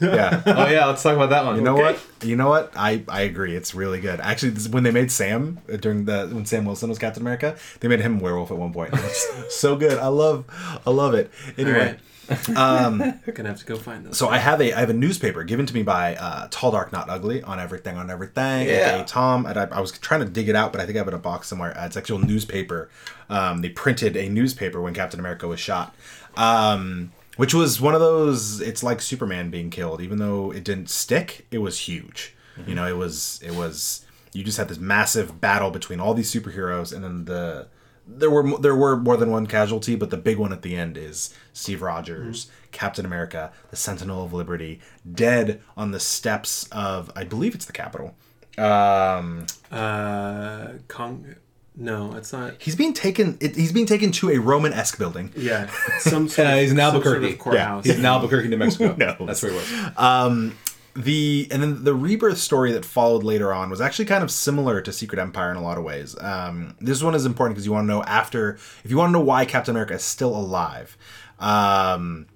S1: yeah.
S4: Oh yeah, let's talk about that one.
S1: You know what? You know what? I, I agree. It's really good. Actually, this, when they made Sam uh, during the when Sam Wilson was Captain America, they made him a werewolf at one point. It's so good. I love I love it. Anyway,
S3: um, gonna have to go find those.
S1: so I have a I have a newspaper given to me by uh, Tall Dark Not Ugly on everything on everything.
S4: Yeah.
S1: aka Tom. And I, I was trying to dig it out, but I think I have it in a box somewhere. Uh, it's actual newspaper. Um, they printed a newspaper when Captain America was shot, um, which was one of those. It's like Superman being killed, even though it didn't stick. It was huge. You know, it was it was. You just had this massive battle between all these superheroes, and then the there were mo- there were more than one casualty, but the big one at the end is Steve Rogers, Captain America, the Sentinel of Liberty, dead on the steps of I believe it's the Capitol. Um,
S3: Uh, Kong. No, it's not.
S1: he's being taken. It, he's being taken to a Roman-esque building.
S3: Yeah, some. Sort
S4: Uh,
S3: of,
S4: he's in
S3: some
S4: Albuquerque.
S3: Sort
S4: Yeah.
S3: of courthouse.
S4: He's in Albuquerque, New Mexico.
S1: knows?
S4: That's where he was.
S1: the and then the rebirth story that followed later on was actually kind of similar to Secret Empire in a lot of ways. Um, this one is important because you want to know after if you want to know why Captain America is still alive. Um,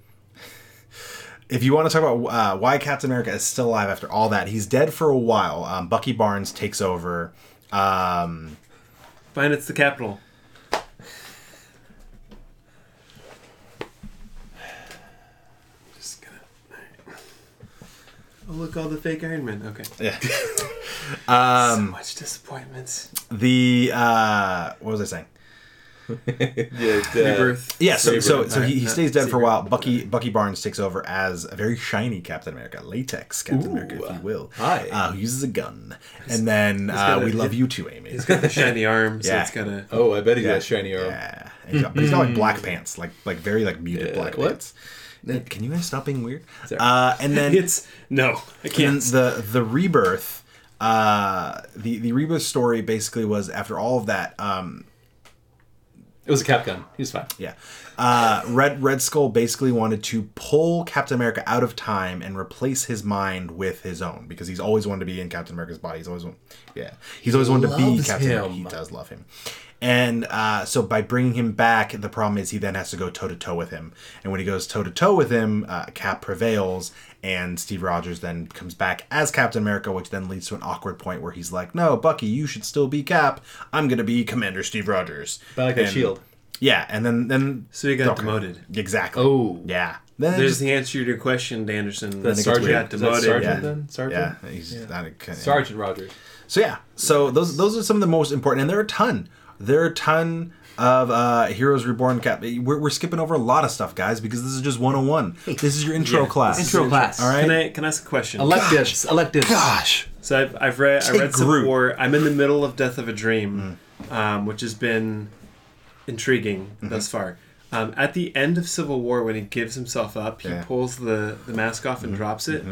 S1: if you want to talk about uh, why Captain America is still alive after all that, he's dead for a while. Um, Bucky Barnes takes over. Um,
S3: Fine, it's the capital. Just gonna. Oh look, all the fake Iron Man. Okay.
S1: yeah.
S4: Um,
S3: so much disappointments.
S1: the uh, what was I saying?
S4: uh,
S3: Rebirth.
S1: Yeah, so
S4: Saber.
S1: so, so he, he
S3: Alright,
S1: stays dead for a
S3: Saber.
S1: while. Bucky Bucky Barnes takes over as a very shiny Captain America, latex Captain America, if you will.
S4: Hi.
S1: Uh, who uses a gun, and then uh,
S3: got a-
S1: we love you too, Amy.
S3: He's got the shiny arm, so
S1: Yeah.
S3: it's gonna.
S4: Oh, I bet he
S1: Yeah.
S4: got shiny arm.
S1: Yeah, And he's got, but he's got like
S3: Mm.
S1: black pants, like like very like muted
S4: Yeah,
S1: black
S4: what?
S1: pants. Can you guys stop being weird?
S4: Sorry.
S1: Uh, and then
S3: It's no, I
S1: and
S3: can't.
S1: the the rebirth uh the the rebirth story basically was after all of that um
S4: It was a cap gun. He was fine.
S1: Yeah. Uh, Red Red Skull basically wanted to pull Captain America out of time and replace his mind with his own because he's always wanted to be in Captain America's body. He's always want, yeah. He's always wanted to be
S4: loves
S1: Captain America.
S4: him.
S1: He does love him. And uh, so by bringing him back, the problem is he then has to go toe to toe with him. And when he goes toe to toe with him, uh, Cap prevails, and Steve Rogers then comes back as Captain America, which then leads to an awkward point where he's like, "No, Bucky, you should still be Cap. I'm gonna be Commander Steve Rogers."
S4: But I like that
S1: And-
S4: shield.
S1: yeah, and then then
S3: So he got demoted.
S1: Exactly.
S4: Oh.
S1: yeah. Then it
S3: There's
S1: just-
S3: the answer to your question, Anderson.
S4: That's
S1: gets
S4: Sergeant.
S1: weird.
S4: Is that
S3: Demoted,
S4: Sergeant
S1: yeah.
S4: then? Sergeant?
S1: yeah, he's not a- kinda-
S4: Sergeant Rogers.
S1: So yeah, so those those are some of the most important, and there are a ton. There are a ton of uh Heroes Reborn. Cap, we're, we're skipping over a lot of stuff, guys, because this is just 101. This is your intro class.
S2: Intro class.
S1: All
S3: Can
S1: right.
S3: I can I ask a question?
S2: Electives. Electives.
S1: Gosh.
S3: So I've, I've read I
S1: Take Mm.
S3: read some
S1: Groot.
S3: more. I'm in the middle of Death of a Dream, um, which has been intriguing
S1: Mm-hmm.
S3: thus far. Um, at the end of Civil War, when he gives himself up, he
S1: Yeah. Mm-hmm.
S3: pulls the, the mask off and drops it.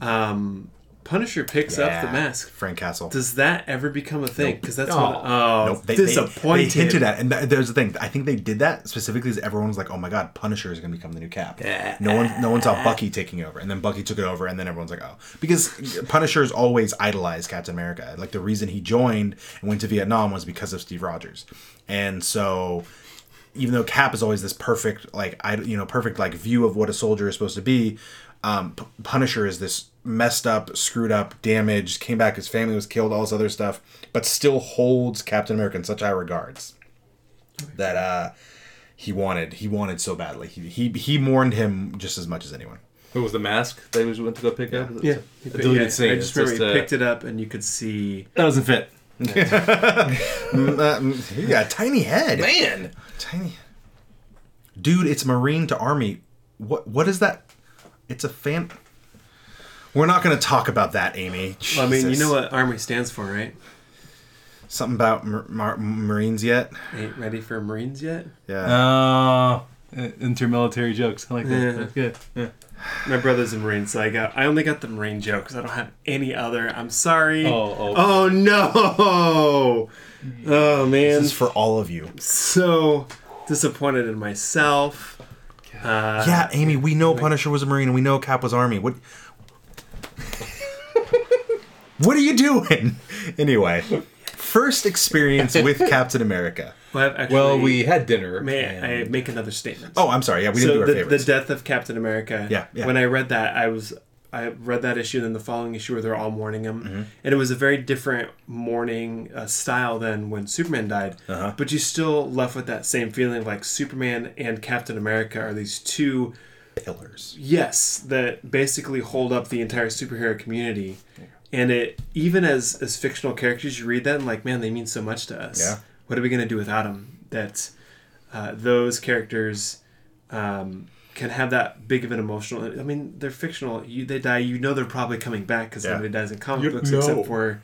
S3: Um, Punisher picks up the
S1: Yeah.
S3: mask.
S1: Frank Castle.
S3: Does that ever become a thing? Because that's
S4: No.
S3: what, oh
S1: Nope, they,
S3: disappointing.
S1: They, they hinted at, and th- there's the thing. I think they did that specifically because everyone was like, "Oh my God, Punisher is going to become the new Cap." No one, no one saw Bucky taking over, and then Bucky took it over, and then everyone's like, "Oh," because Punisher's always idolized Captain America. Like the reason he joined and went to Vietnam was because of Steve Rogers, and so even though Cap is always this perfect, like I, you know, perfect like view of what a soldier is supposed to be, um, P- Punisher is this messed up, screwed up, damaged, came back, his family was killed, all this other stuff, but still holds Captain America in such high regards that uh, he wanted, he wanted so badly. He he he mourned him just as much as anyone.
S4: What was the mask that he went to go pick up?
S3: yeah,
S4: A deleted
S3: yeah,
S4: scene.
S3: I
S4: It's
S3: just remember
S4: just,
S3: he
S4: uh,
S3: picked it up and you could see
S4: That doesn't fit.
S1: Mm, uh, mm, he got a tiny head,
S4: Man!
S1: tiny. Dude, it's Marine to Army. What what is that? It's a fan. We're not going to talk about that, Amy.
S3: Well, I mean, you
S1: Jesus.
S3: know what Army stands for, right?
S1: something about mar- mar- Marines yet.
S3: Ain't ready for Marines yet.
S1: Yeah.
S2: Uh, intermilitary jokes. I like that.
S3: Yeah.
S2: That's good. Yeah.
S3: My brother's a Marine, so I got. I only got the Marine joke because I don't have any other. I'm sorry.
S4: Oh,
S3: oh. no! Oh man,
S1: this is for all of you.
S3: so disappointed in myself. Uh,
S1: yeah, Amy, we know Punisher was a Marine and we know Cap was Army. What? what are you doing? Anyway, first experience with Captain America.
S3: Well, I've actually,
S4: Well, we had dinner.
S3: may I
S4: and-
S3: make another statement.
S1: Oh, I'm sorry. Yeah, we didn't do
S3: so
S1: our
S3: the, the
S1: favorites.
S3: death of Captain America.
S1: Yeah, yeah.
S3: When I read that, I was I read that issue, and then the following issue where they're all mourning him,
S1: Mm-hmm.
S3: and it was a very different mourning uh, style than when Superman died. Uh-huh. But you still left with that same feeling of like Superman and Captain America are these two
S1: Pillars.
S3: yes that basically hold up the entire superhero community. And it even as as fictional characters, you read that and like, man, they mean so much to us.
S1: Yeah.
S3: What are we gonna do without them? That uh, those characters um, can have that big of an emotional. I mean, they're fictional. You, they die. You know they're probably coming back because
S1: Yeah.
S3: nobody dies in comic
S4: You
S3: books
S4: know.
S3: except for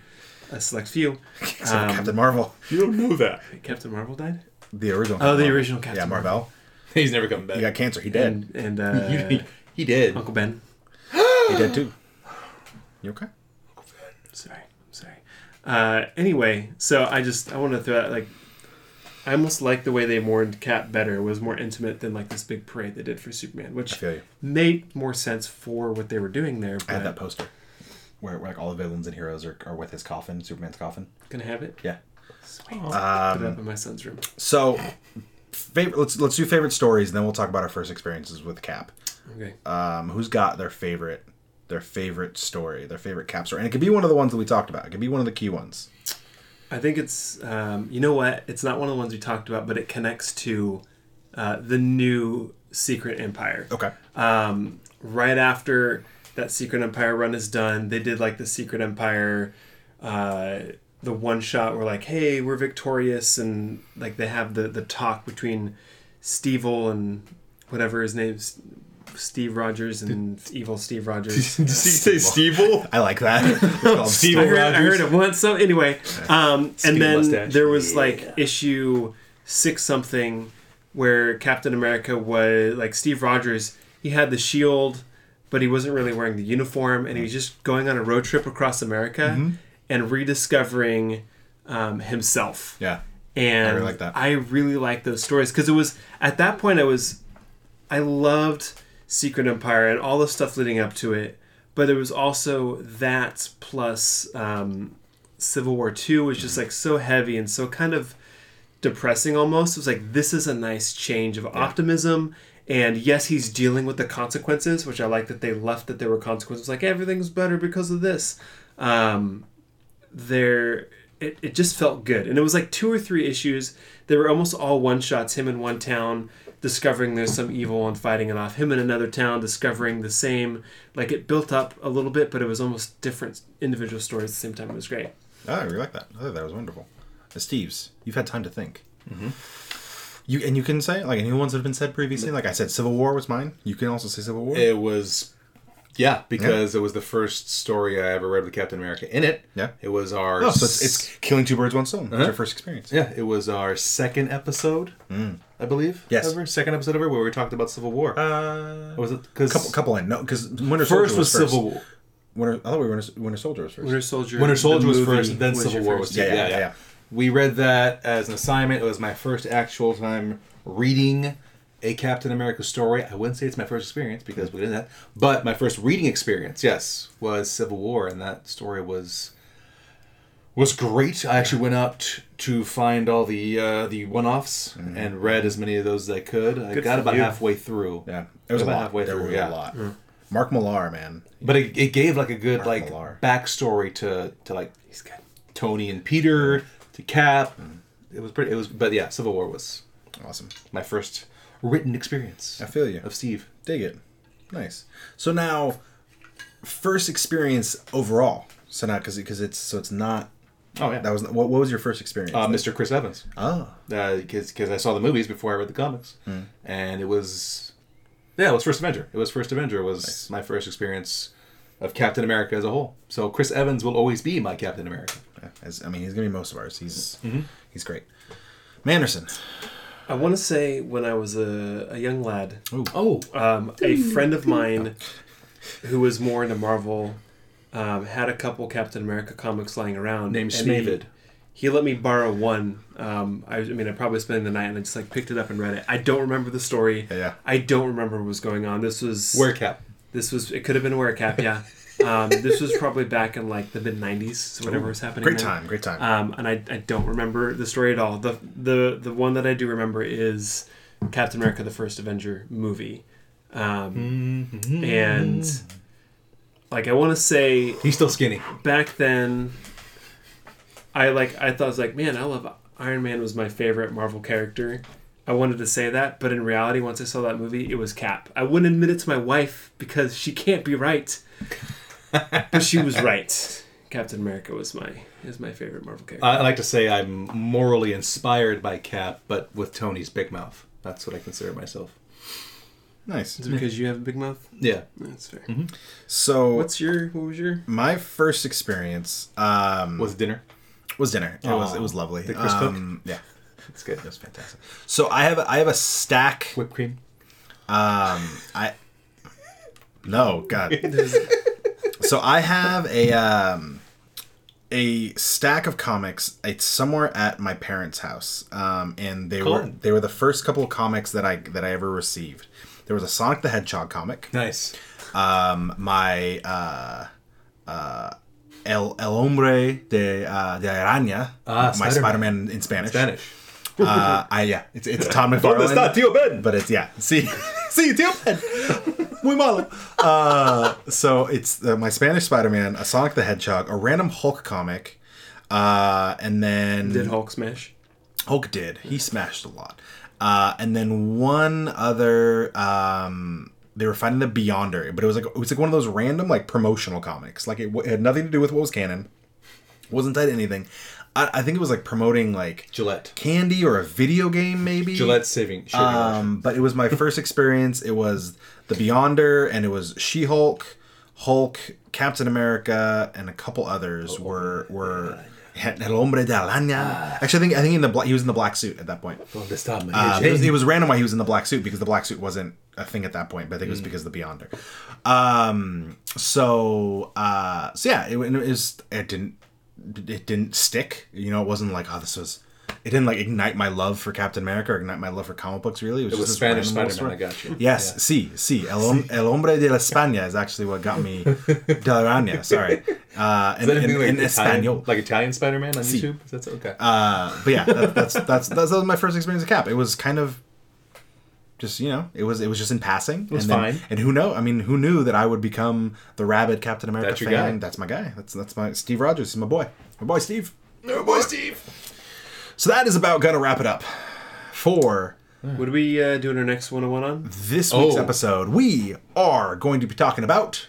S3: a select few.
S1: Except
S3: Um,
S1: for Captain Marvel.
S4: You don't know that.
S3: Captain Marvel died.
S1: The original.
S3: Oh, the
S1: Marvel.
S3: original Captain
S1: Yeah,
S3: Marvel.
S1: Marvel.
S4: He's never coming back.
S1: He got cancer. He dead.
S3: And and uh,
S4: he, he did.
S3: Uncle Ben.
S1: he dead too. You okay?
S3: sorry i'm sorry uh, anyway so i just i want to throw out like i almost like the way they mourned cap better it was more intimate than like this big parade they did for superman which
S1: feel you.
S3: made more sense for what they were doing there
S1: I
S3: but
S1: had that poster where, where like all the villains and heroes are, are with his coffin, Superman's coffin.
S3: can I have it
S1: Yeah.
S3: sweet put
S1: Um,
S3: it up in my son's room
S1: So, favorite. Let's let's do favorite stories, and then we'll talk about our first experiences with Cap.
S3: okay
S1: Um, who's got their favorite, their favorite story, their favorite Cap story, and it could be one of the ones that we talked about. It could be one of the key ones.
S3: i think it's um, you know what it's not one of the ones we talked about but it connects to uh, the new secret empire
S1: Okay.
S3: um, right after that Secret Empire run is done, they did like the Secret Empire, uh, the one shot where like, hey, we're victorious, and like they have the the talk between Stevel and whatever his name's Steve Rogers and evil Steve Rogers.
S4: Did you say Stevel?
S1: I like that. It's called
S4: Steve-
S3: I heard, I
S4: Rogers.
S3: heard it once. So anyway, um, and
S4: Skinny
S3: then
S4: mustache.
S3: there was like issue six something where Captain America was like Steve Rogers. He had the shield, but he wasn't really wearing the uniform, and he was just going on a road trip across America
S4: Mm-hmm.
S3: and rediscovering um, himself.
S1: Yeah.
S3: And I
S1: really
S3: really
S1: like
S3: like
S1: that.
S3: those stories because it was at that point I was I loved Secret Empire and all the stuff leading up to it, but it was also that plus um, Civil War Two was just like so heavy and so kind of depressing almost. It was like this is a nice change of optimism. And yes, he's dealing with the consequences, which I like that they left that there were consequences. Like everything's better because of this. Um, there it, it just felt good and it was like two or three issues they were almost all one shots him in one town discovering there's some evil and fighting it off him in another town discovering the same like it built up a little bit but it was almost different individual stories at the same time it was great
S1: Oh, I really like that. I thought that was wonderful. Uh, Steve's, you've had time to think.
S4: Mm-hmm.
S1: You and you can say like any ones that have been said previously. Like I said, Civil War was mine. You can also say Civil War.
S4: It was, yeah, because it was the first story I ever read with Captain America in it.
S1: Yeah.
S4: It was our.
S1: oh, so it's, it's killing two birds one stone. It's your first experience.
S4: Yeah, it was our second episode, I believe.
S1: Mm. Yes.
S4: ever. second episode ever where we talked about Civil War.
S1: Uh,
S4: Or was it because
S1: couple couple in no because Winter Soldier
S4: first was
S1: first.
S4: Civil War,
S1: Winter, I thought we were Winter, Winter Soldier was first.
S3: winter soldier
S4: Winter Soldier
S3: the
S4: was
S3: movie,
S4: first, then
S3: was
S4: Civil
S3: your
S4: War
S3: first.
S4: was second.
S1: Yeah, yeah, yeah, yeah.
S4: We read that as an assignment. It was my first actual time reading a Captain America story. I wouldn't say it's my first experience because we didn't that, but my first reading experience, yes, was Civil War, and that story was was great. I actually went out t- to find all the uh, the one offs
S1: Mm-hmm.
S4: and read as many of those as I could. I got
S3: for
S4: about
S3: you.
S4: halfway through.
S1: Yeah, it was a
S4: About
S1: lot.
S4: halfway
S1: There
S4: through,
S1: were
S4: yeah. Mm-hmm.
S1: a lot. Mark Millar, man.
S4: But it, it gave like a good like
S1: Millar.
S4: backstory to to like
S3: he's good
S4: Tony and Peter to Cap. It was pretty. It was, but yeah, Civil War was
S1: Awesome.
S4: my first written experience
S1: I feel you.
S4: of Steve.
S1: Dig it. Nice. So now, first experience overall. So now, because because it's so it's not
S4: Oh yeah,
S1: that was what, what was your first experience?
S4: uh, Mr. Chris Evans.
S1: Oh,
S4: Because because I saw the movies before I read the comics, and it was yeah, it was First Avenger. It was First Avenger was my first experience of Captain America as a whole. So Chris Evans will always be my Captain America.
S1: as, I mean, he's gonna be most of ours. He's he's great. Manderson.
S3: i want to say when i was a, a young lad
S4: Oh,
S3: um, a friend of mine who was more into Marvel um, had a couple Captain America comics lying around.
S4: Named
S3: and he-
S4: Smavid.
S3: He, let me borrow one. Um, I, was- I mean, I probably spent the night and I just like picked it up and read it. I don't remember the story.
S1: Yeah, yeah.
S3: I don't remember what was going on. This was
S4: where Cap?
S3: This was. It could have been where cap. Yeah. Um, this was probably back in like the mid '90s, so whatever was happening.
S1: Great
S3: then.
S1: time, great
S4: Ah.
S1: time.
S3: Um, and I, I don't remember the story at all. The the the one that I do remember is Captain America: The First Avenger movie, um, and like I want to say
S2: He's still skinny.
S3: back then I like I thought I was like, man, I love Iron Man was my favorite Marvel character. I wanted to say that, but in reality, once I saw that movie, it was Cap. I wouldn't admit it to my wife because she can't be right. but she was right. Captain America was my is my favorite Marvel character.
S4: I I like to say I'm morally inspired by Cap, but with Tony's big mouth. That's what I consider myself.
S1: Nice.
S3: Is it because you have a big mouth?
S4: Yeah.
S3: That's fair.
S4: Mm-hmm.
S1: So
S3: What's your what was your
S1: my first experience um,
S4: With dinner.
S1: was dinner. It was
S4: Aw.
S1: it was lovely.
S4: Did Chris cook?
S1: Um, Yeah,
S4: It's good.
S1: it was fantastic. So I have a, I have a stack.
S4: Whipped cream.
S1: Um, I no God. so I have a um, a stack of comics. It's somewhere at my parents' house, um, and they were
S4: Cool.
S1: they were the first couple of comics that I that I ever received. There was a Sonic the Hedgehog comic.
S4: Nice.
S1: Um, my uh, uh, El El Hombre de uh, de Araña,
S4: Ah,
S1: my
S4: Spider-Man.
S1: Spider-Man in Spanish.
S4: Spanish.
S1: Uh, I, yeah, it's it's Tom McFarlane.
S4: Ben.
S1: But it's yeah. See, see, tío Ben. Muy malo. Uh, so it's uh, my Spanish Spider-Man, a Sonic the Hedgehog, a random Hulk comic, uh, and then
S3: did Hulk smash?
S1: Hulk did. He smashed a lot. Uh, and then one other, um, they were finding the Beyonder, but it was like it was like one of those random like promotional comics. Like it, w- it had nothing to do with what was canon. Wasn't tied to anything. I, I think it was like promoting like
S4: Gillette.
S1: candy or a video game maybe.
S4: Gillette saving. Sugar
S1: Um, but it was my first experience. It was The Beyonder, and it was She Hulk, Hulk, Captain America, and a couple others were were El Hombre de Araña. Actually, I think I think in the bla- he was in the black suit at that point. Uh, it, was, it was random why he was in the black suit because the black suit wasn't a thing at that point, but I think it
S4: Mm.
S1: was because of the Beyonder. Um, so uh, so yeah, it, it was it didn't it didn't stick. You know, it wasn't like oh this was it didn't like ignite my love for Captain America or ignite my love for comic books really. It was,
S4: it was
S1: just this
S4: Spanish
S1: random little
S4: Spider Man. I
S1: story.
S4: got you.
S1: Yes, see, see, el, hom- el hombre de la España is actually what got me de la Araña. Sorry, uh, in,
S4: Is that
S1: in,
S4: anything like
S1: in
S4: Italian,
S1: Espanol.
S4: like Italian Spider Man on YouTube? Is that so? okay?
S1: Uh, but yeah, that, that's, that's that's that was my first experience with Cap. It was kind of just you know, it was it was just in passing. It
S4: was
S1: and then-
S4: fine.
S1: And who know? I mean, who knew that I would become the rabid Captain America
S4: That's your
S1: fan?
S4: guy.
S1: That's my guy. That's that's my Steve Rogers. He's my boy. My boy Steve. My boy Steve. So that is about gonna wrap it up for
S3: What are we uh, doing our next one on one on?
S1: this week's
S4: Oh.
S1: episode. We are going to be talking about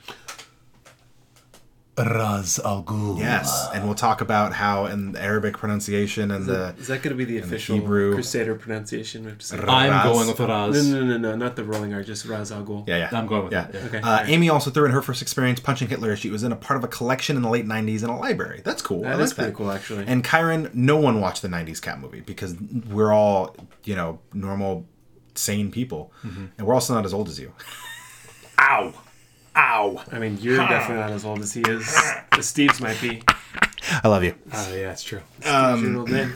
S2: Raz Al Ghul.
S1: yes, and we'll talk about how in the Arabic pronunciation and the
S3: Is that going to be the official
S1: Hebrew-
S3: Crusader pronunciation? We have to say.
S4: I'm
S1: Raz.
S4: going with
S3: No,
S4: Raz.
S3: no, no, no, not the rolling R, just Raz Al Ghul.
S1: yeah, yeah.
S4: I'm going with
S1: Yeah.
S4: that. yeah.
S3: Okay.
S1: Uh, Amy also threw in her first experience punching Hitler as she was in a part of a collection in the late 90s in a library. That's cool. I
S3: That
S1: like
S3: is pretty
S1: that.
S3: cool, actually.
S1: And Kyron, no one watched the 90s cat movie because we're all, you know, normal, sane people. And we're also not as old as you.
S4: Mm-hmm. Ow. Ow.
S3: I mean, you're definitely not as old as he is. As Steve's might be.
S1: I love you.
S4: Uh, yeah, it's true.
S3: Steve's your old man.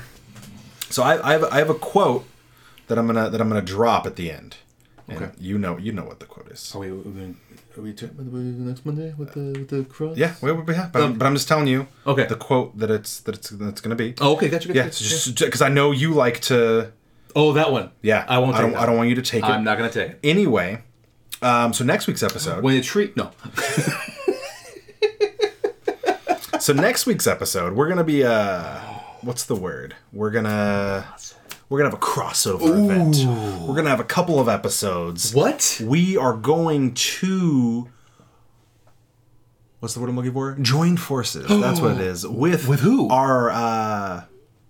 S1: So I, I, have, I have a quote that I'm gonna that I'm gonna drop at the end. And you know you know what the quote is.
S4: Are we, are we, are we doing the next Monday with the, with the cross?
S1: Yeah, wait, wait, wait, yeah, but, I'm, but I'm just telling you
S4: Okay.
S1: the quote that it's that it's that's gonna be.
S4: Oh, okay, gotcha. gotcha,
S1: yeah,
S4: gotcha.
S1: because I know you like to.
S4: Oh, that one.
S1: Yeah,
S4: I won't.
S1: I
S4: take
S1: don't.
S4: that
S1: I don't
S4: one.
S1: want you to take it.
S4: I'm not gonna take it.
S1: Anyway, um, so next week's episode.
S4: When the tree, no,
S1: so next week's episode, we're gonna be uh, what's the word? We're gonna we're gonna have a crossover event. We're gonna have a couple of episodes.
S4: what?
S1: We are going to. What's the word I'm looking for? Join forces. That's what it is. With
S4: With who?
S1: Our uh,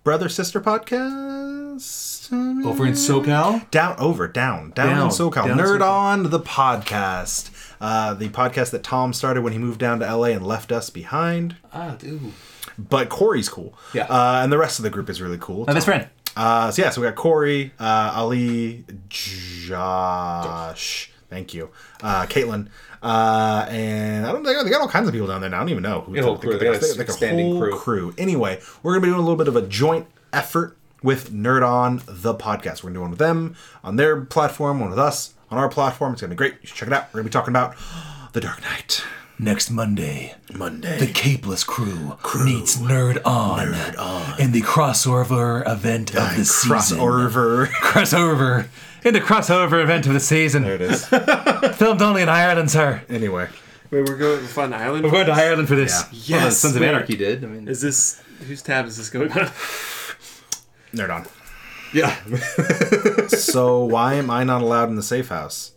S1: brother sister podcast.
S4: Over in SoCal,
S1: down over down down,
S4: Down,
S1: in SoCal.
S4: down in
S1: Nerd
S4: SoCal.
S1: on the podcast, uh, the podcast that Tom started when he moved down to LA and left us behind.
S4: ah, dude,
S1: But Corey's cool,
S4: Yeah.
S1: uh, and the rest of the group is really cool.
S4: my best friend.
S1: Uh, so yeah, so we got Corey, uh, Ali, Josh. Thank you, uh, Caitlin, uh, and I don't. They got, they got all kinds of people down there now. I don't even know who.
S4: They got a whole crew. They got a
S1: got a
S4: expanding
S1: whole
S4: crew.
S1: crew. Anyway, we're gonna be doing a little bit of a joint effort with Nerd On the podcast. We're gonna do one with them on their platform, one with us on our platform. It's gonna be great. You should check it out. We're gonna be talking about the Dark Knight.
S4: next Monday.
S1: Monday.
S4: The Capeless crew, meets Nerd On, in the crossover event of the season.
S1: crossover.
S4: crossover. In the crossover event of
S1: there
S4: the season.
S1: it is.
S4: Filmed only in Ireland, sir.
S1: Anyway,
S3: Wait, we're going to an island.
S4: We're going to Ireland for this.
S1: Yeah.
S3: Yes.
S4: Sons of
S3: wait.
S4: Anarchy did. I mean,
S3: Is this whose tab is this going on?
S1: nerd on.
S4: yeah.
S1: so why am I not allowed in the safe house?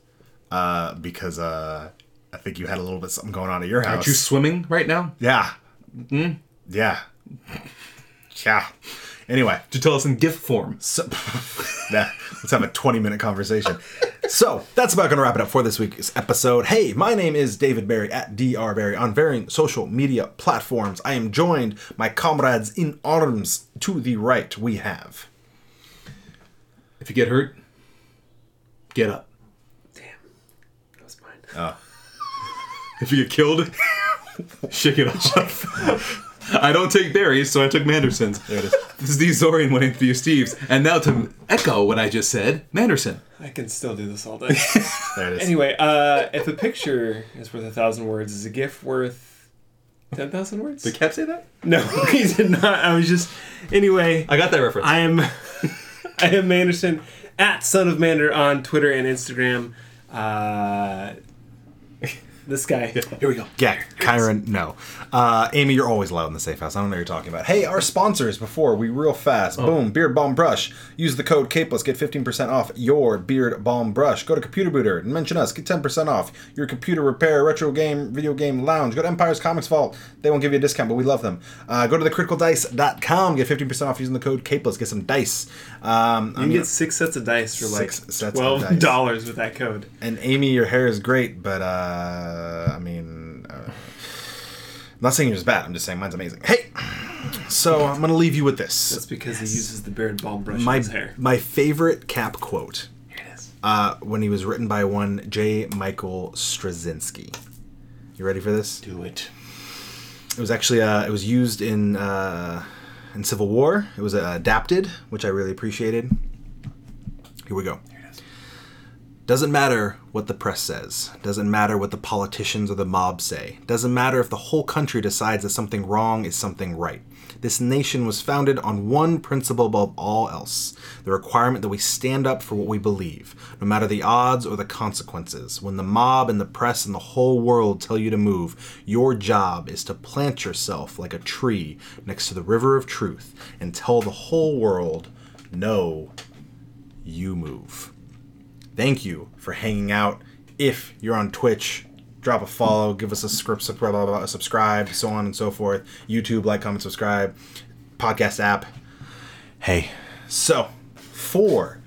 S1: Uh, because uh, I think you had a little bit something going on at your house.
S4: Aren't you Hmm? swimming right now?
S1: Yeah. Yeah. Yeah. Anyway,
S4: To tell us in GIF form.
S1: so, nah, let's have a 20 minute conversation. So that's about going to wrap it up for this week's episode. Hey, my name is David Barry at DR Barry on varying social media platforms. I am joined my comrades in arms to the right. We have
S4: If you get hurt, get up.
S3: Damn. That was mine.
S4: If you get killed, shake it off. I don't take berries, so I took Manderson's. There it is. This is the Zorian one and Theo Steve's. And now to echo what I just said, Manderson.
S3: I can still do this all day.
S1: there it is.
S3: anyway, uh, if a picture is worth a thousand words, is a GIF worth ten thousand words?
S4: cat say that?
S3: no, he did not. I was just. Anyway,
S4: I got that reference.
S3: I am. I am Manderson at Son of Mander on Twitter and Instagram. Uh, this guy.
S4: Here we go.
S1: Yeah, Kyron, no. Uh, Amy, you're always loud in the safe house. I don't know what you're talking about. Hey, our sponsors before we real fast.
S3: Oh.
S1: Boom, Beard Balm Brush. Use the code CAPELESS. Get 15% off your Beard Balm Brush. Go to Computer Booter and mention us. Get 10% off your computer repair, retro game, video game lounge. Go to Empire's Comics Vault. They won't give you a discount, but we love them. Uh, go to thecriticaldice.com. Get 15% off using the code CAPELESS. Get some dice. Um,
S3: You can get six sets of dice for like
S1: Six sets of
S3: twelve
S1: dice.
S3: dollars with that code.
S1: And Amy, your hair is great, but uh, I mean, uh, I'm not saying yours is bad. I'm just saying mine's amazing. Hey, so I'm gonna leave you with
S3: That's
S1: this.
S3: because he uses the beard balm brush in
S1: My
S3: his hair.
S1: my favorite Cap quote
S3: Here it is.
S1: uh, when he was written by one J. Michael Straczynski. You ready for this?
S4: Do it.
S1: It was actually uh, it was used in uh, in Civil War. It was uh, adapted, which I really appreciated. Here we go. Doesn't matter what the press says. Doesn't matter what the politicians or the mob say. Doesn't matter if the whole country decides that something wrong is something right. This nation was founded on one principle above all else the requirement that we stand up for what we believe, no matter the odds or the consequences. When the mob and the press and the whole world tell you to move, your job is to plant yourself like a tree next to the river of truth and tell the whole world, no, you move thank you for hanging out. If you're on Twitch, drop a follow, give us a script, sub- blah, blah, blah, subscribe, so on and so forth. YouTube, like, comment, subscribe, podcast app. Hey, so for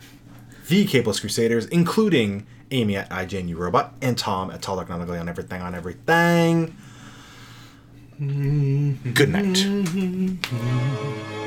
S1: the Capeless Crusaders, including Amy at IJNU Robot and Tom at Tall Economically on everything, on everything. Good night.